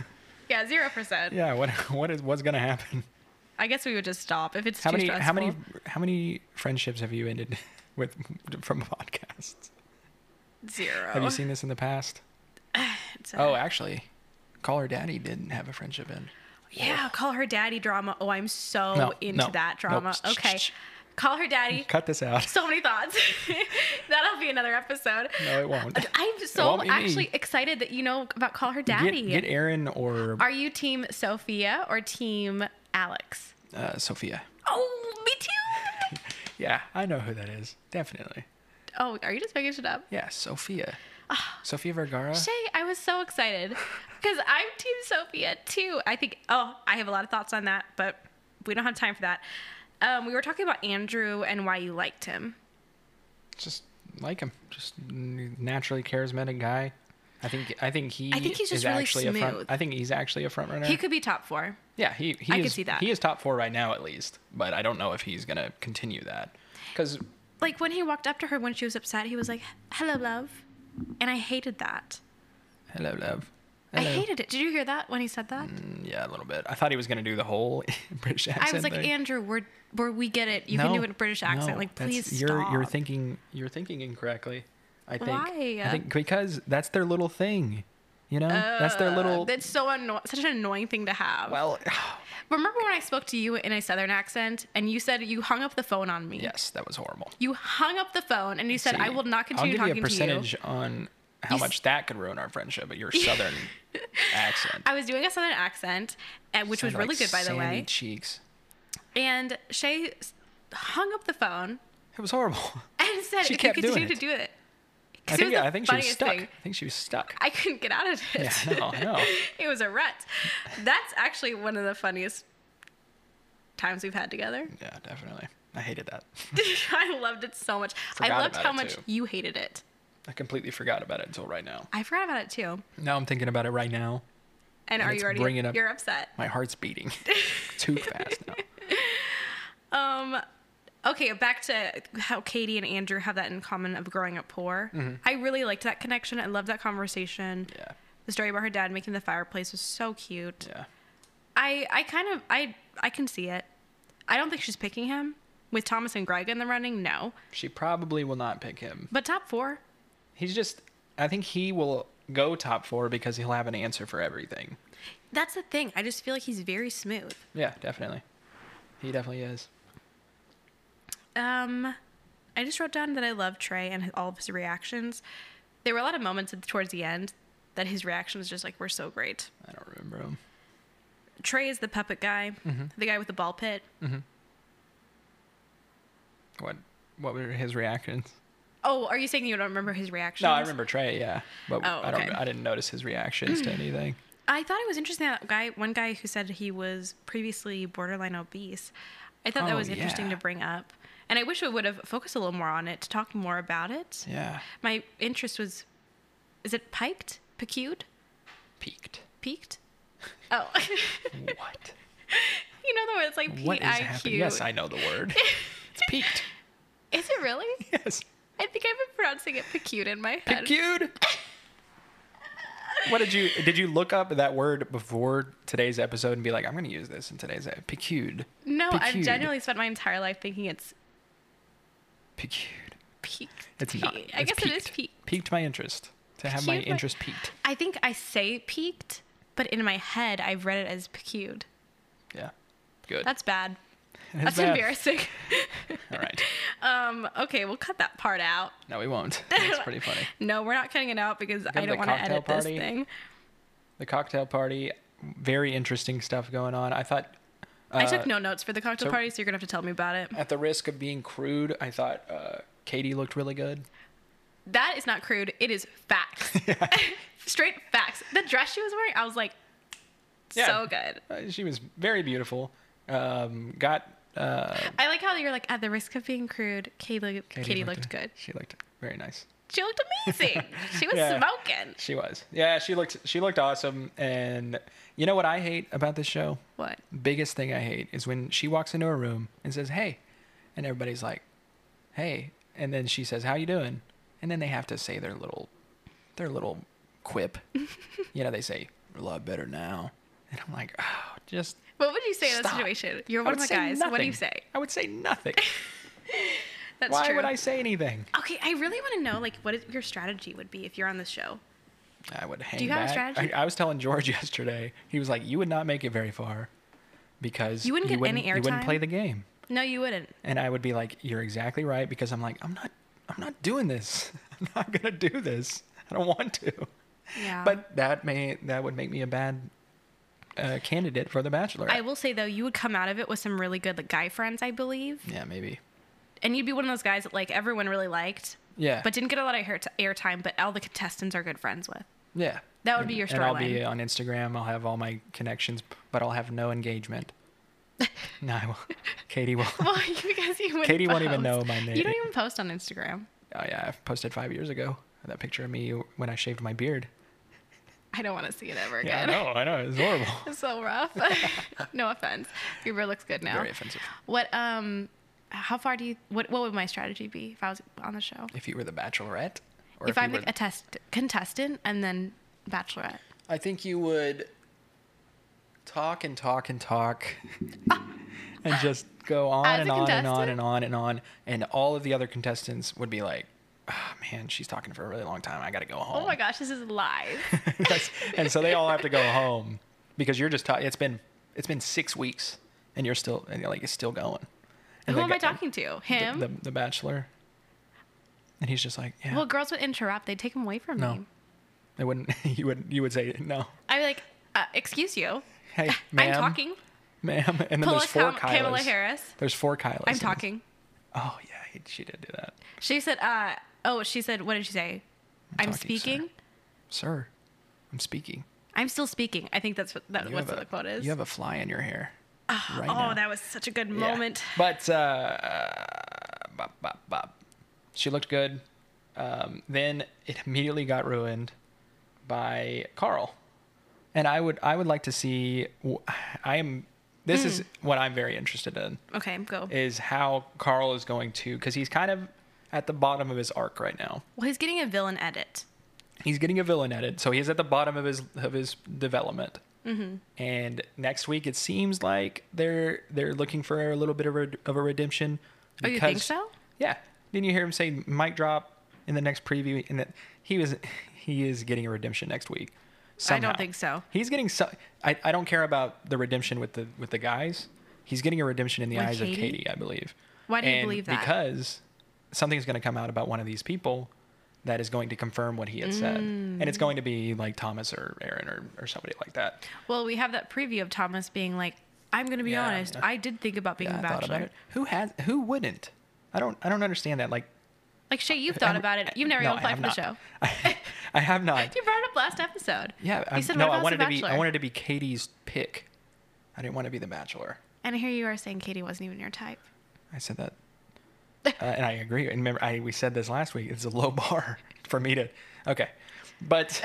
A: Yeah, zero percent.
B: yeah. What? What is? What's gonna happen?
A: I guess we would just stop if it's
B: How
A: too
B: many?
A: stressful.
B: How many? How many friendships have you ended with from podcasts?
A: Zero.
B: Have you seen this in the past?
A: Oh. It's, uh,
B: Oh, actually, Call Her Daddy didn't have a friendship in.
A: yeah, call her daddy drama. Oh, I'm so
B: No,
A: into
B: no,
A: that drama.
B: nope.
A: Okay, Call her daddy.
B: Cut this out.
A: So many thoughts. That'll be another episode.
B: No, it
A: Uh,
B: won't.
A: I'm
B: won't
A: so
B: be me.
A: actually excited that you know about Call Her
B: Get,
A: Daddy.
B: get Aaron or
A: Are you team Sophia or team Alex?
B: uh, Sophia.
A: Oh, me too.
B: Yeah, I know who that is. Definitely.
A: oh, are you just making shit up?
B: Yeah, Sophia.
A: Ah.
B: Sophia Vergara.
A: Shay, I was so excited because I'm Team Sophia too. I think, oh, I have a lot of thoughts on that, but we don't have time for that. Um, we were talking about Andrew and why you liked him.
B: Just like him. Just n- naturally charismatic guy. I think I think he
A: I think he's just
B: is
A: really
B: actually a front.
A: smooth.
B: I think he's actually a front runner.
A: He could be top four.
B: yeah, he he
A: I
B: is
A: could see that.
B: he is top 4 right now at least, but I don't know if he's going to continue that. Cuz
A: Like when he walked up to her when she was upset, he was like, hello, love. And I hated that.
B: hello love.
A: I
B: Hello.
A: hated it. Did you hear that when he said that?
B: Mm, Yeah, a little bit. I thought he was going to do the whole British accent
A: I was like,
B: thing.
A: Andrew, we're, we're, we get it. You can
B: No,
A: do it in a British accent.
B: no,
A: like,
B: that's-
A: please stop.
B: You're you're thinking you're thinking incorrectly. I think.
A: Why?
B: I think because that's their little thing. You know, that's their
A: Uh,
B: little.
A: That's so anno- such an annoying thing to have.
B: well,
A: Remember when I spoke to you in a southern accent and you said you hung up the phone on me?
B: yes, that was horrible.
A: You hung up the phone and you said, I
B: See,
A: will not
B: I'll
A: continue
B: give
A: talking
B: you a
A: to
B: percentage
A: you.
B: on how
A: You s-
B: much that could ruin our friendship, but your southern accent,
A: I was doing a southern accent, and, which was
B: Sounded
A: really
B: like
A: good, by the
B: sandy
A: way.
B: Cheeks.
A: And Shay s- hung up the phone
B: It was horrible.
A: and said,
B: She
A: if you
B: kept doing
A: continue to
B: it.
A: do it. 'Cause
B: I
A: it
B: think
A: was the
B: I think she
A: funniest
B: was stuck.
A: thing.
B: I think she was stuck.
A: I couldn't get out of it.
B: Yeah, no, no.
A: it was a rut. That's actually one of the funniest times we've had together.
B: Yeah, definitely. I hated that.
A: I loved it so much. I
B: Forgot
A: loved
B: about
A: how
B: it,
A: much
B: too.
A: you hated it.
B: I completely forgot about it until right now.
A: I forgot about it too.
B: Now I'm thinking about it right now.
A: And are
B: Let's
A: you already
B: bring it up.
A: you're upset?
B: My heart's beating too fast now.
A: Um okay, back to how Katie and Andrew have that in common of growing up poor. I really liked that connection. I loved that conversation.
B: Mm-hmm. Yeah,
A: The story about her dad making the fireplace was so cute.
B: yeah.
A: I I kind of I I can see it. I don't think she's picking him with Thomas and Greg in the running. No.
B: She probably will not pick him.
A: But top 4.
B: He's just, I think he will go top four because he'll have an answer for everything.
A: That's the thing. I just feel like he's very smooth.
B: Yeah, definitely. He definitely is.
A: Um, I just wrote down that I love Trey and all of his reactions. There were a lot of moments at- towards the end that his reaction was just like, "We're so great."
B: I don't remember him.
A: Trey is the puppet guy,
B: Mm-hmm.
A: the guy with the ball pit.
B: What What were his reactions?
A: Oh, are you saying you don't remember his reactions?
B: No, I remember Trey. Yeah, but
A: Oh,
B: I don't.
A: okay.
B: I didn't notice his reactions to anything.
A: I thought it was interesting that guy, one guy who said he was previously borderline obese. I thought that
B: Oh,
A: was interesting
B: yeah.
A: to bring up, and I wish we would have focused a little more on it to talk more about it.
B: Yeah,
A: My interest was, is it piked, piqued,
B: peaked.
A: peaked? Oh.
B: What?
A: You know the word it's like P
B: what is
A: I Q.
B: happening? Yes, I know the word. it's peaked.
A: Is it really?
B: Yes,
A: I think I've been pronouncing it pecute in my head.
B: pecued. What did you did you look up that word before today's episode and be like, I'm going to use this in today's episode? Pecued.
A: No, I've
B: Piqued.
A: genuinely spent my entire life thinking it's
B: Pecued.
A: peaked.
B: It's not.
A: Pe- I
B: it's
A: guess it is
B: piqued.
A: peaked.
B: Piqued my interest. To have my
A: Piqued my-
B: interest peaked.
A: I think I say peaked, but in my head I've read it as pecute.
B: Yeah. Good.
A: That's bad.
B: It is
A: That's
B: bad.
A: embarrassing.
B: All right.
A: um, okay, we'll cut that part out.
B: No, we won't. That's pretty funny.
A: No, we're not cutting it out because
B: to
A: I don't
B: the
A: want to
B: cocktail
A: edit
B: party.
A: this thing.
B: The cocktail party, very interesting stuff going on. I thought. Uh,
A: I took no notes for the cocktail
B: so-
A: party, so you're gonna have to tell me about it.
B: At the risk of being crude, I thought uh, Katie looked really good.
A: That is not crude. It is facts. Straight facts. The dress she was wearing, I was like,
B: Yeah.
A: so good.
B: Uh, she was very beautiful. Um, got. Uh,
A: I like how you're like, at the risk of being crude, Katie, Katie, looked good.
B: She looked very nice.
A: She looked amazing. she was
B: Yeah.
A: smoking.
B: She was. Yeah, she looked. She looked awesome. And you know what I hate about this show?
A: What?
B: biggest thing I hate is when she walks into a room and says, "Hey," and everybody's like, "Hey," and then she says, "How you doing?" And then they have to say their little, their little quip. you know, they say, "A lot better now," and I'm like, "Oh, just."
A: What would you say in that
B: stop."
A: situation? You're
B: I
A: one of
B: would
A: my
B: say
A: guys. What do you
B: nothing.
A: say?
B: I would say nothing.
A: That's
B: Why
A: true.
B: would I say anything?
A: Okay, I really want to know like what it- your strategy would be if you're on the show.
B: I would hang
A: you have a
B: back.
A: strategy?
B: I, I was telling George yesterday. He was like, "You would not make it very far because
A: You wouldn't get any
B: You wouldn't
A: airtime?
B: play the game.
A: No, you wouldn't.
B: and I would be like, "You're exactly right," because I'm like, "I'm not, I'm not doing this. I'm not gonna do this. I don't want to."
A: Yeah.
B: But that may that would make me a bad uh, candidate for the Bachelor.
A: I will say though, you would come out of it with some really good like, guy friends, I believe,
B: yeah, maybe.
A: and you'd be one of those guys that like everyone really liked,
B: Yeah,
A: but didn't get a lot of hair t- airtime, but all the contestants are good friends with.
B: yeah,
A: That would be your
B: And I'll be on Instagram. I'll have all my connections, but I'll have no engagement. no, I won't. Katie will.
A: Well, because you wouldn't
B: uh, Katie won't even
A: post.
B: know my
A: You
B: name.
A: don't even post on Instagram.
B: Oh yeah, I posted five years ago that picture of me when I shaved my beard.
A: I don't want to see it ever
B: Yeah, I
A: again.
B: know. I know. It's horrible.
A: It's so rough. no offense. Your beard looks good now.
B: Very offensive.
A: What um how far do you what what would my strategy be if I was on the show?
B: If you were the Bachelorette, or
A: If, I'm
B: you
A: like a test contestant and then bachelorette.
B: I think you would talk and talk and talk and just go on
A: As
B: and
A: a
B: on and on
A: contestant?
B: and on and on. And all of the other contestants would be like, Ah man, she's talking for a really long time. I got to go home.
A: Oh my gosh, this is live.
B: That's- and so they all have to go home because you're just talking. It's been, it's been six weeks and you're still, and you're like, it's still going. And
A: Who
B: the
A: am I
B: guy-
A: talking to?
B: the-
A: Him?
B: The, the, bachelor. And he's just like, yeah,
A: well, girls would interrupt. They'd take him away from
B: No.
A: me.
B: they wouldn't, you wouldn't, you would say no.
A: I'd be like, uh, excuse you.
B: Hey, ma'am.
A: I'm talking.
B: ma'am. And then
A: Pull
B: there's four
A: Cam- Kamala
B: Kylas.
A: Harris.
B: There's four Kylas. in
A: I'm
B: this.
A: talking.
B: Oh yeah, he, she did do that,
A: She said, uh, oh, she said, what did she say? I'm,
B: talking, sir.
A: speaking.
B: sir. I'm speaking.
A: I'm still speaking. I think that's what that,
B: You
A: what's
B: have
A: what
B: a-
A: the quote is.
B: You have a fly in your hair. right
A: oh,
B: now.
A: that was such a good
B: Yeah.
A: moment.
B: But uh, bop, bop, bop. she looked good. Um, then it immediately got ruined by Carl, and I would I would like to see. w- I am. This is what I'm very interested in.
A: Okay, go.
B: Is how Carl is going to because he's kind of at the bottom of his arc right now.
A: Well, he's getting a villain edit.
B: he's getting a villain edit, so he's at the bottom of his of his development.
A: Mm-hmm.
B: And next week, it seems like they're they're looking for a little bit of a, of a redemption.
A: Oh, you think
B: because-
A: so?
B: Yeah. Didn't you hear him say mic drop in the next preview? And that he was he is getting a redemption next week.
A: I don't
B: somehow.
A: think so.
B: He's getting so. I, I don't care about the redemption with the with the guys. He's getting a redemption in the
A: With
B: eyes of
A: Katie?
B: Katie, I believe.
A: Why do you
B: And
A: believe that?
B: Because something's going to come out about one of these people that is going to confirm what he had said, and it's going to be like Thomas or Aaron or, or somebody like that.
A: Well, we have that preview of Thomas being like, "I'm going to be
B: Yeah,
A: honest.
B: yeah.
A: I did think about being
B: Yeah,
A: a
B: I thought about
A: bachelor."
B: it. Who has? Who wouldn't? I don't. I don't understand that. Like
A: Like Shay, you've thought
B: I'm-
A: about it. You've never
B: no,
A: even
B: I
A: applied
B: have
A: for the
B: not.
A: show.
B: I, I have not.
A: You brought it up last episode.
B: Yeah.
A: You
B: I'm-
A: said,
B: no.
A: "What
B: I
A: about
B: wanted
A: the
B: to be. I
A: Bachelor?"
B: wanted to be Katie's pick. I didn't want to be the Bachelor.
A: And here you are saying Katie wasn't even your type.
B: I said that, uh, and I agree. And remember, I we said this last week. It's a low bar for me to. Okay, but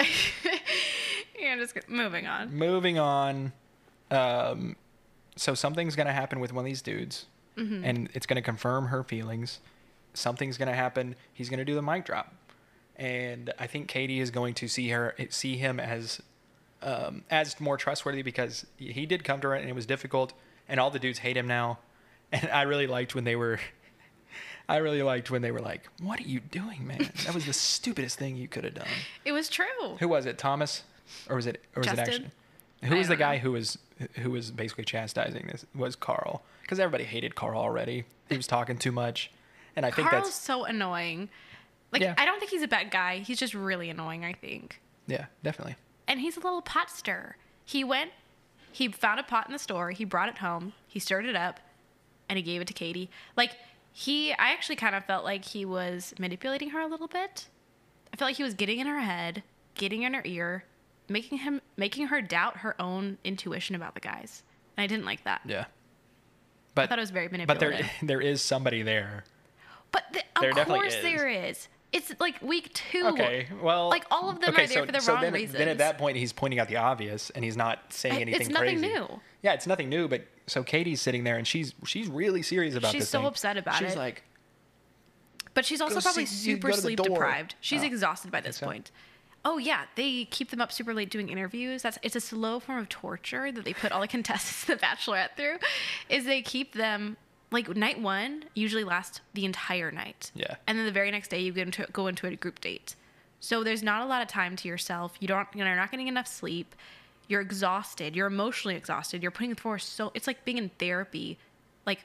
A: You're just g- moving on.
B: moving on. Um, so something's gonna happen with one of these dudes, and it's gonna confirm her feelings. Something's gonna happen. He's gonna do the mic drop, and I think Katie is going to see her see him as um, as more trustworthy because he he did come to her and it was difficult, and all the dudes hate him now. And I really liked when they were. I really liked when they were like, "What are you doing, man? That was the stupidest thing you could have done."
A: It was true.
B: Who was it? Thomas, or was it? Or was it
A: Justin?
B: actually? Who
A: I
B: was the
A: don't know.
B: guy who was who was basically chastising this? Was Carl? Because everybody hated Carl already. He was talking too much, and I think
A: Carl's
B: that's
A: so annoying. Like
B: Yeah.
A: I don't think he's a bad guy. He's just really annoying, I think.
B: yeah, definitely.
A: And he's a little pot stirrer. He went, he found a pot in the store, he brought it home, he stirred it up, and he gave it to Katie. Like he I actually kind of felt like he was manipulating her a little bit. I felt like he was getting in her head, getting in her ear, making him making her doubt her own intuition about the guys. And I didn't like that.
B: Yeah,
A: I thought it
B: but
A: was very
B: but there
A: manipulative.
B: there is somebody there.
A: But the, of
B: There definitely
A: course
B: is.
A: there is. It's like week two.
B: Okay, well,
A: like all of them
B: okay,
A: are there
B: so-
A: for the
B: so
A: wrong
B: then,
A: reasons.
B: Then at that point, he's pointing out the obvious, and he's not saying
A: It-
B: anything
A: it's nothing
B: crazy.
A: new.
B: Yeah, it's nothing new. But so Katie's sitting there, and she's she's really serious about
A: She's
B: this.
A: so
B: thing.
A: upset about
B: She's
A: it.
B: like,
A: but she's also
B: Go
A: probably
B: see- you
A: super
B: go to the
A: sleep
B: door.
A: deprived. She's
B: Oh,
A: exhausted by this
B: so?
A: point. Oh yeah, they keep them up super late doing interviews. That's it's a slow form of torture that they put all the contestants the Bachelorette through. Is they keep them like night one usually lasts the entire night.
B: Yeah.
A: And then the very next day you get into go into a group date. So there's not a lot of time to yourself. You don't you're not getting enough sleep. You're exhausted. You're emotionally exhausted. You're putting forth so it's like being in therapy, like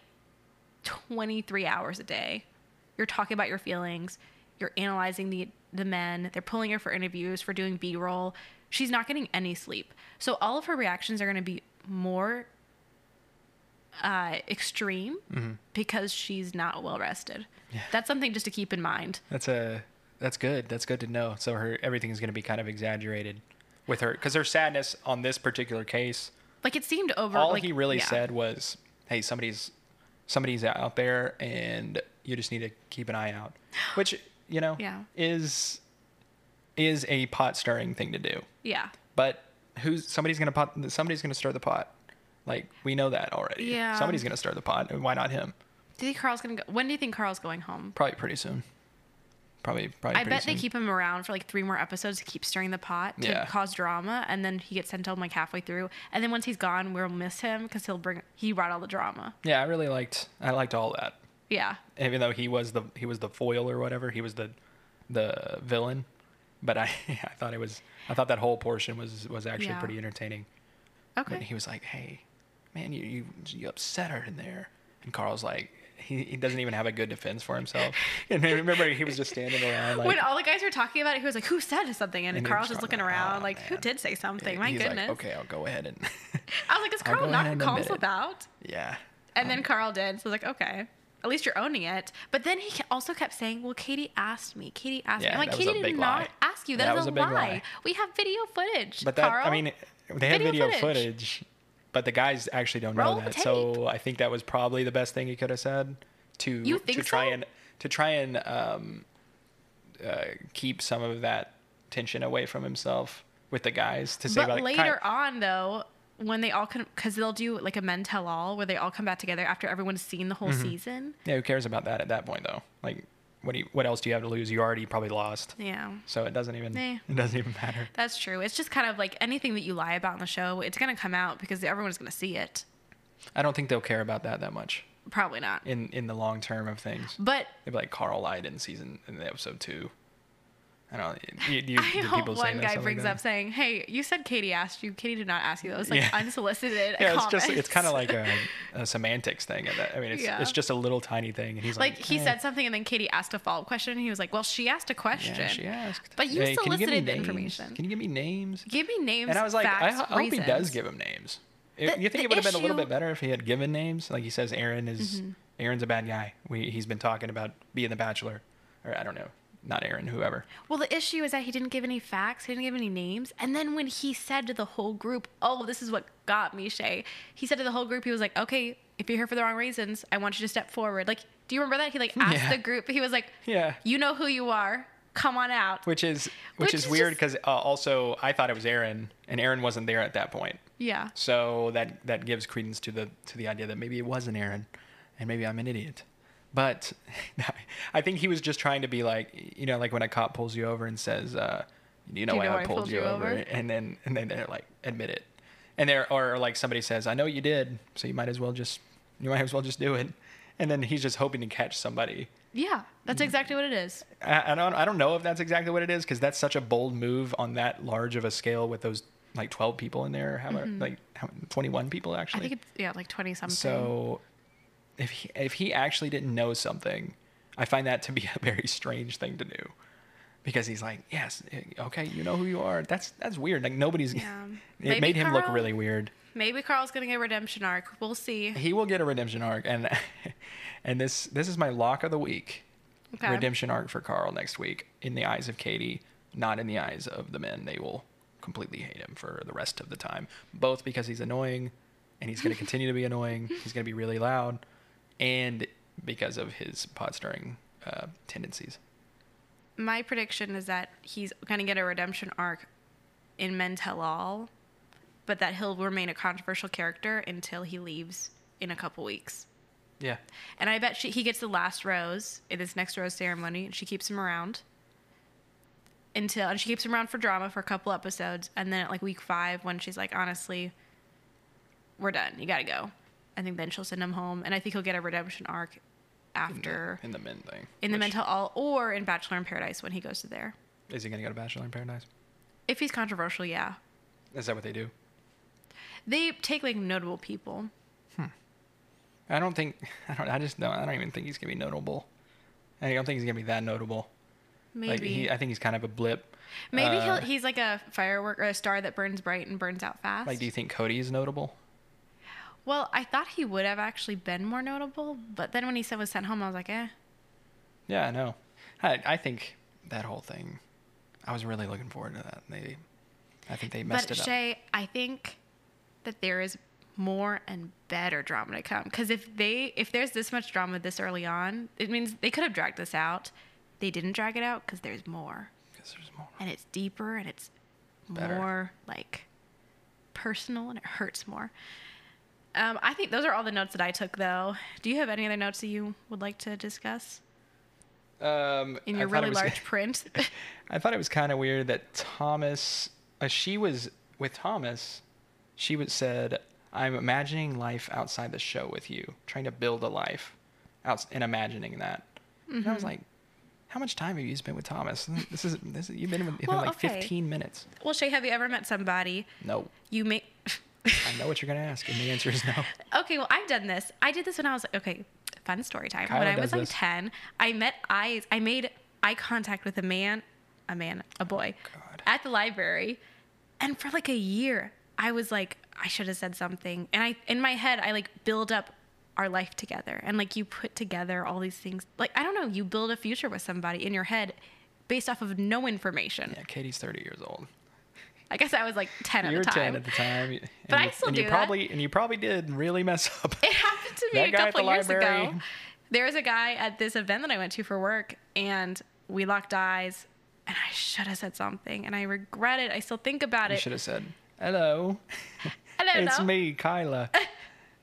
A: 23 hours a day. You're talking about your feelings. You're analyzing the the men. They're pulling her for interviews for doing B-roll. She's not getting any sleep. So all of her reactions are going to be more uh, extreme
B: Mm-hmm.
A: because she's not well rested. That's something just to keep in mind.
B: That's a that's good. That's good to know. So her everything is going to be kind of exaggerated with her because her sadness on this particular case.
A: Like it seemed over.
B: all
A: like,
B: he really
A: yeah.
B: said was, "Hey, somebody's somebody's out there, and you just need to keep an eye out," which you know
A: Yeah.
B: is is a pot stirring thing to do.
A: Yeah.
B: But who's somebody's gonna pot? Somebody's gonna stir the pot. Like we know that already.
A: Yeah.
B: Somebody's gonna stir the pot, and why not him?
A: Do you think Carl's gonna go? When do you think Carl's going home?
B: Probably pretty soon. Probably probably.
A: I
B: pretty
A: bet
B: soon.
A: they keep him around for like three more episodes to keep stirring the pot to
B: Yeah.
A: cause drama, and then he gets sent home like halfway through. And then once he's gone, we'll miss him because he'll bring he brought all the drama.
B: Yeah, I really liked I liked all that.
A: Yeah,
B: Even though he was the he was the foil or whatever, he was the the villain. But I I thought it was I thought that whole portion was was actually
A: Yeah.
B: pretty entertaining.
A: okay,
B: And he was like, "Hey, man, you you you upset her in there." And Carl's like, he, he doesn't even have a good defense for himself. And I remember he was just standing around like
A: when all the guys were talking about it, he was like, "Who said something?" And,
B: And he
A: Carl's
B: was
A: just
B: talking
A: looking
B: about,
A: around,
B: "Ah,
A: like, "Who
B: man."
A: did say something?" My
B: he's
A: goodness.
B: like, "Okay, I'll go ahead and
A: I was like, "Is
B: I'll
A: Carl
B: go
A: not
B: ahead
A: what
B: and
A: Carl's
B: admit it. Um,
A: about?"
B: yeah."
A: And then Carl did, so I was like, "Okay." At least you're owning it. But then he also kept saying, Well, Katie asked me. Katie asked
B: Yeah,
A: me. I'm like,
B: that was a
A: Katie did
B: big
A: not
B: lie.
A: ask you.
B: That
A: that is
B: was
A: a,
B: a big
A: lie.
B: lie.
A: We have video footage.
B: But that
A: Carl.
B: I mean, they had
A: Video
B: video,
A: footage.
B: footage. but the guys actually don't
A: Roll
B: know that.
A: tape.
B: So I think that was probably the best thing he could have said to
A: You think
B: to try
A: so?
B: and to try and um, uh, keep some of that tension away from himself with the guys to say
A: But
B: about
A: later on, though, when they all come, because they'll do like a men tell all where they all come back together after everyone's seen the whole
B: Mm-hmm.
A: season.
B: yeah, who cares about that at that point though? Like, what do you, what else do you have to lose? You already probably lost,
A: Yeah,
B: so it doesn't even
A: Eh.
B: it doesn't even matter.
A: that's true. It's just kind of like anything that you lie about on the show, it's going to come out because everyone's going to see it.
B: I don't think they'll care about that that much
A: Probably not.
B: in in the long term of things.
A: But
B: They'd be like Carl lied in season in episode two. I don't. You, you,
A: I
B: do
A: hope
B: people say
A: one
B: that,
A: guy
B: stuff like
A: brings
B: that?
A: up saying, "Hey, you said Katie asked you. Katie did not ask you. That was like
B: Yeah.
A: unsolicited."
B: Yeah, it's just it's
A: comments.
B: kind of like a, a semantics thing. at that- I mean, it's
A: Yeah.
B: it's just a little tiny thing, and he's like,
A: like he
B: "Eh,
A: said something, and then Katie asked a follow up question, and he was like, "Well, she asked a question.
B: yeah, she asked,
A: But you
B: can give me
A: solicited the
B: names?
A: information.
B: Can you give me names?"
A: Give me names."
B: And I was like, I,
A: facts,
B: ho- I hope he does
A: reasons.
B: give him names.
A: The-
B: It- you think
A: the
B: it would have been a little
A: issue- Mm-hmm.
B: bit better if he had given names? Like he says, Aaron is Aaron's a bad guy. We he's been talking about being the Bachelor, or I don't know, not Aaron, whoever.
A: Well, the issue is that he didn't give any facts, he didn't give any names. And then when he said to the whole group, Oh, this is what got me, Shay, he said to the whole group, he was like, Okay, if you're here for the wrong reasons, I want you to step forward. Like, do you remember that? He like asked
B: Yeah.
A: the group, he was like,
B: Yeah.
A: You know who you are, come on out.
B: which is which,
A: Which
B: is,
A: is
B: weird because uh, also I thought it was Aaron, and Aaron wasn't there at that point,
A: Yeah.
B: so that that gives credence to the to the idea that maybe it wasn't Aaron, and maybe I'm an idiot. But I think he was just trying to be like, you know, like when a cop pulls you over and says, uh, "You know,
A: Do you
B: why
A: know
B: I pulled you over,", and then and then they're like, "Admit it," and there or like somebody says, "I know you did, so you might as well just you might as well just do it," and then he's just hoping to catch somebody.
A: Yeah. That's exactly what it is.
B: I, I don't I don't know if that's exactly what it is because that's such a bold move on that large of a scale with those like 12 people in there or how mu- like how, 21 people
A: Mm-hmm. I
B: actually.
A: think it's yeah, like twenty something.
B: so if he, if he actually didn't know something, I find that to be a very strange thing to do because he's like, yes, eh, okay, you know who you are. That's that's weird. Like nobody's.
A: Yeah. Maybe um,
B: It made him look
A: Carl-
B: really weird.
A: Maybe Carl's gonna get a redemption arc. We'll see.
B: He will get a redemption arc, and and this this is my lock of the week.
A: Okay.
B: redemption arc for Carl next week in the eyes of Katie, not in the eyes of the men. They will completely hate him for the rest of the time, both because he's annoying and he's going to continue to be annoying. He's going to be really loud and because of his pot stirring uh, tendencies.
A: my prediction is that he's going to get a redemption arc in Men Tell All, but that he'll remain a controversial character until he leaves in a couple weeks.
B: Yeah.
A: And I bet she, he gets the last rose in this next rose ceremony, and she keeps him around until and she keeps him around for drama for a couple episodes, and then at like week five, when she's like, honestly, we're done. You got to go. I think then she'll send him home, and I think he'll get a redemption arc after
B: In the men thing.
A: in the
B: which-
A: mental all or in Bachelor in Paradise when he goes to there.
B: Is he going to go to Bachelor in Paradise?
A: If he's controversial, yeah.
B: Is that what they do?
A: They take like notable people.
B: I don't think I don't. I just don't. I don't even think he's gonna be notable. I don't think he's gonna be that notable.
A: Maybe.
B: Like he, I think he's kind of a blip.
A: Maybe
B: uh,
A: he'll, he's like a firework or a star that burns bright and burns out fast.
B: Like, do you think Cody is notable?
A: well, I thought he would have actually been more notable, but then when he said was sent home, I was like, eh.
B: Yeah, I know. I, I think that whole thing. I was really looking forward to that. and They, I think they messed
A: but
B: it up.
A: Shay, I think that there is more and better drama to come. Because if they, if there's this much drama this early on, it means they could have dragged this out. They didn't drag it out because there's more,
B: 'Cause there's more.
A: and it's deeper, and it's
B: Better.
A: more like personal, and it hurts more. Um, I think those are all the notes that I took, though. Do you have any other notes that you would like to discuss
B: Um,
A: in
B: I
A: your
B: thought it
A: really
B: was-
A: large print?
B: I thought it was kind of weird that Thomas, uh, she was with Thomas. She was said, "I'm imagining life outside the show with you, trying to build a life, out and imagining that." And I
A: Mm-hmm.
B: was like, "How much time have you spent with Thomas? This is this is, you've been with him
A: Well,
B: like
A: okay.
B: 15 minutes."
A: well, Shay, have you ever met somebody
B: No,
A: you make?
B: I know what you're gonna ask, and the answer is no.
A: Okay, well, I've done this. I did this when I was okay. Fun story time. when
B: Kyla
A: I was
B: does
A: like
B: this.
A: ten, I met eyes. I made eye contact with a man, a man, a boy,
B: God.
A: at the library, and for like a year, I was like, I should have said something. And I, in my head, I like build up our life together, and like you put together all these things. Like I don't know, you build a future with somebody in your head. Based off of no information.
B: Yeah, Katie's 30 years old.
A: I guess I was like 10 at
B: you were
A: the time.
B: 10 at the time. and
A: But I
B: you-
A: still
B: and
A: do
B: you
A: that.
B: probably and you probably did really mess up.
A: It happened to me
B: That
A: a
B: guy at
A: couple
B: the
A: years
B: library.
A: ago. There was a guy at this event that I went to for work, and we locked eyes, and I should have said something, and I regret it. I still think about
B: You
A: it.
B: should have said, "Hello,
A: Hello,
B: it's
A: no.
B: me, Kyla."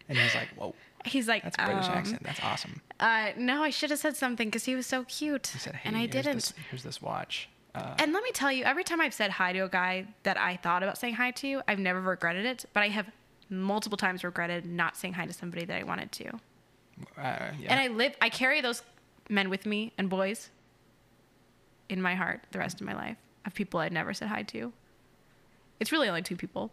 B: And he's like, "Whoa,
A: He's like,
B: that's a British
A: um,
B: accent. That's awesome."
A: Uh, no, I should have said something because he was so cute,
B: He said, "Hey,
A: and I
B: here's
A: didn't.
B: This, here's this watch." Uh,
A: And let me tell you, every time I've said hi to a guy that I thought about saying hi to, I've never regretted it, but I have multiple times regretted not saying hi to somebody that I wanted to.
B: uh, yeah.
A: And I live, I carry those men with me and boys in my heart the rest of my life of people I'd never said hi to. It's really only two people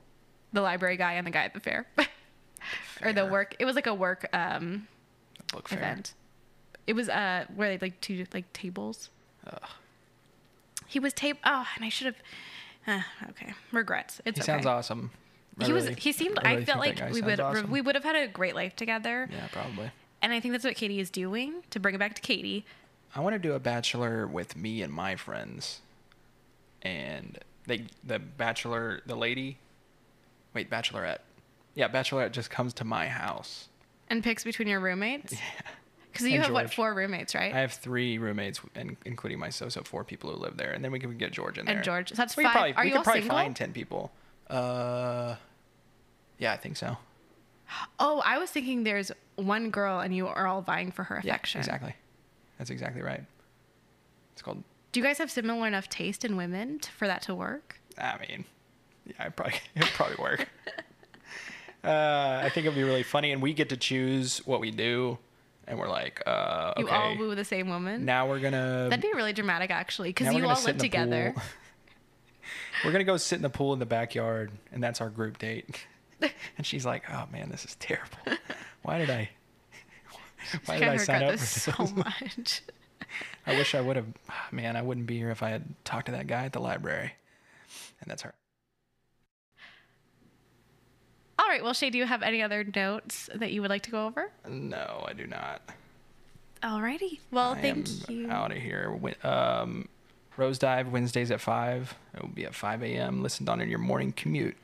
A: the library guy and the guy at the fair. or the
B: Fair.
A: work, it was like a work um,
B: The book fair.
A: event. It was uh, where they like two like tables.
B: Ugh.
A: He was tape. Oh, and I should have. Uh, okay, regrets. It's
B: He
A: okay.
B: sounds awesome. I
A: He was.
B: really-
A: He seemed.
B: really
A: I felt
B: think that
A: like
B: guy
A: we
B: sounds
A: would.
B: awesome.
A: We would have had a great life together.
B: Yeah, probably.
A: And I think that's what Katie is doing to bring it back to Katie.
B: I want to do a bachelor with me and my friends, and they the bachelor the lady, wait bachelorette, yeah bachelorette just comes to my house.
A: And picks between your roommates? Yeah. Because you
B: And
A: have what
B: George.
A: four roommates, right?
B: I have three roommates, and including myself, so four people who live there, and then we can get George in there.
A: And George. So that's
B: we could
A: five.
B: Probably,
A: Are
B: we
A: you
B: could
A: all
B: probably
A: single?
B: find ten people. Uh, yeah, I think so.
A: oh, I was thinking there's one girl and you are all vying for her
B: Yeah,
A: affection.
B: exactly. That's exactly right. It's called.
A: Do you guys have similar enough taste in women t- for that to work?
B: I mean, yeah, it probably it would probably work. uh, I think it'd be really funny, and we get to choose what we do, and we're like, uh,
A: You all
B: okay,
A: woo the same woman?
B: now we're gonna
A: That'd be really dramatic, actually,
B: now
A: because
B: we're
A: you
B: gonna
A: all
B: sit
A: live
B: in the
A: together.
B: pool. we're gonna go sit in the pool in the backyard, and that's our group date. and she's like, "Oh man, this is terrible. Why did I? Why
A: I
B: did I
A: kind of
B: sign up
A: regret
B: for
A: this
B: this?
A: so much.
B: I wish I would have. Man, I wouldn't be here if I had talked to that guy at the library. And that's her.
A: all right, well, Shay, do you have any other notes that you would like to go over?
B: No, I do not.
A: Alrighty. Well,
B: I am
A: thank you.
B: out of here. Wi- Um, Rose Dive Wednesdays at five. It will be at five a.m. Listen on in your morning commute.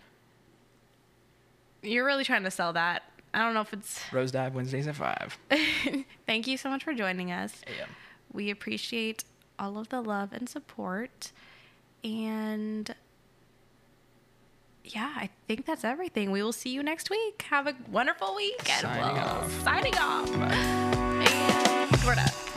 A: You're really trying to sell that. I don't know if it's.
B: Rose Dive Wednesdays at five
A: Thank you so much for joining us.
B: a.m.
A: We appreciate all of the love and support. And yeah, I think that's everything. We will see you next week. Have a wonderful week. And
B: Signing
A: we'll
B: off.
A: signing off.
B: Bye.
A: And we're done.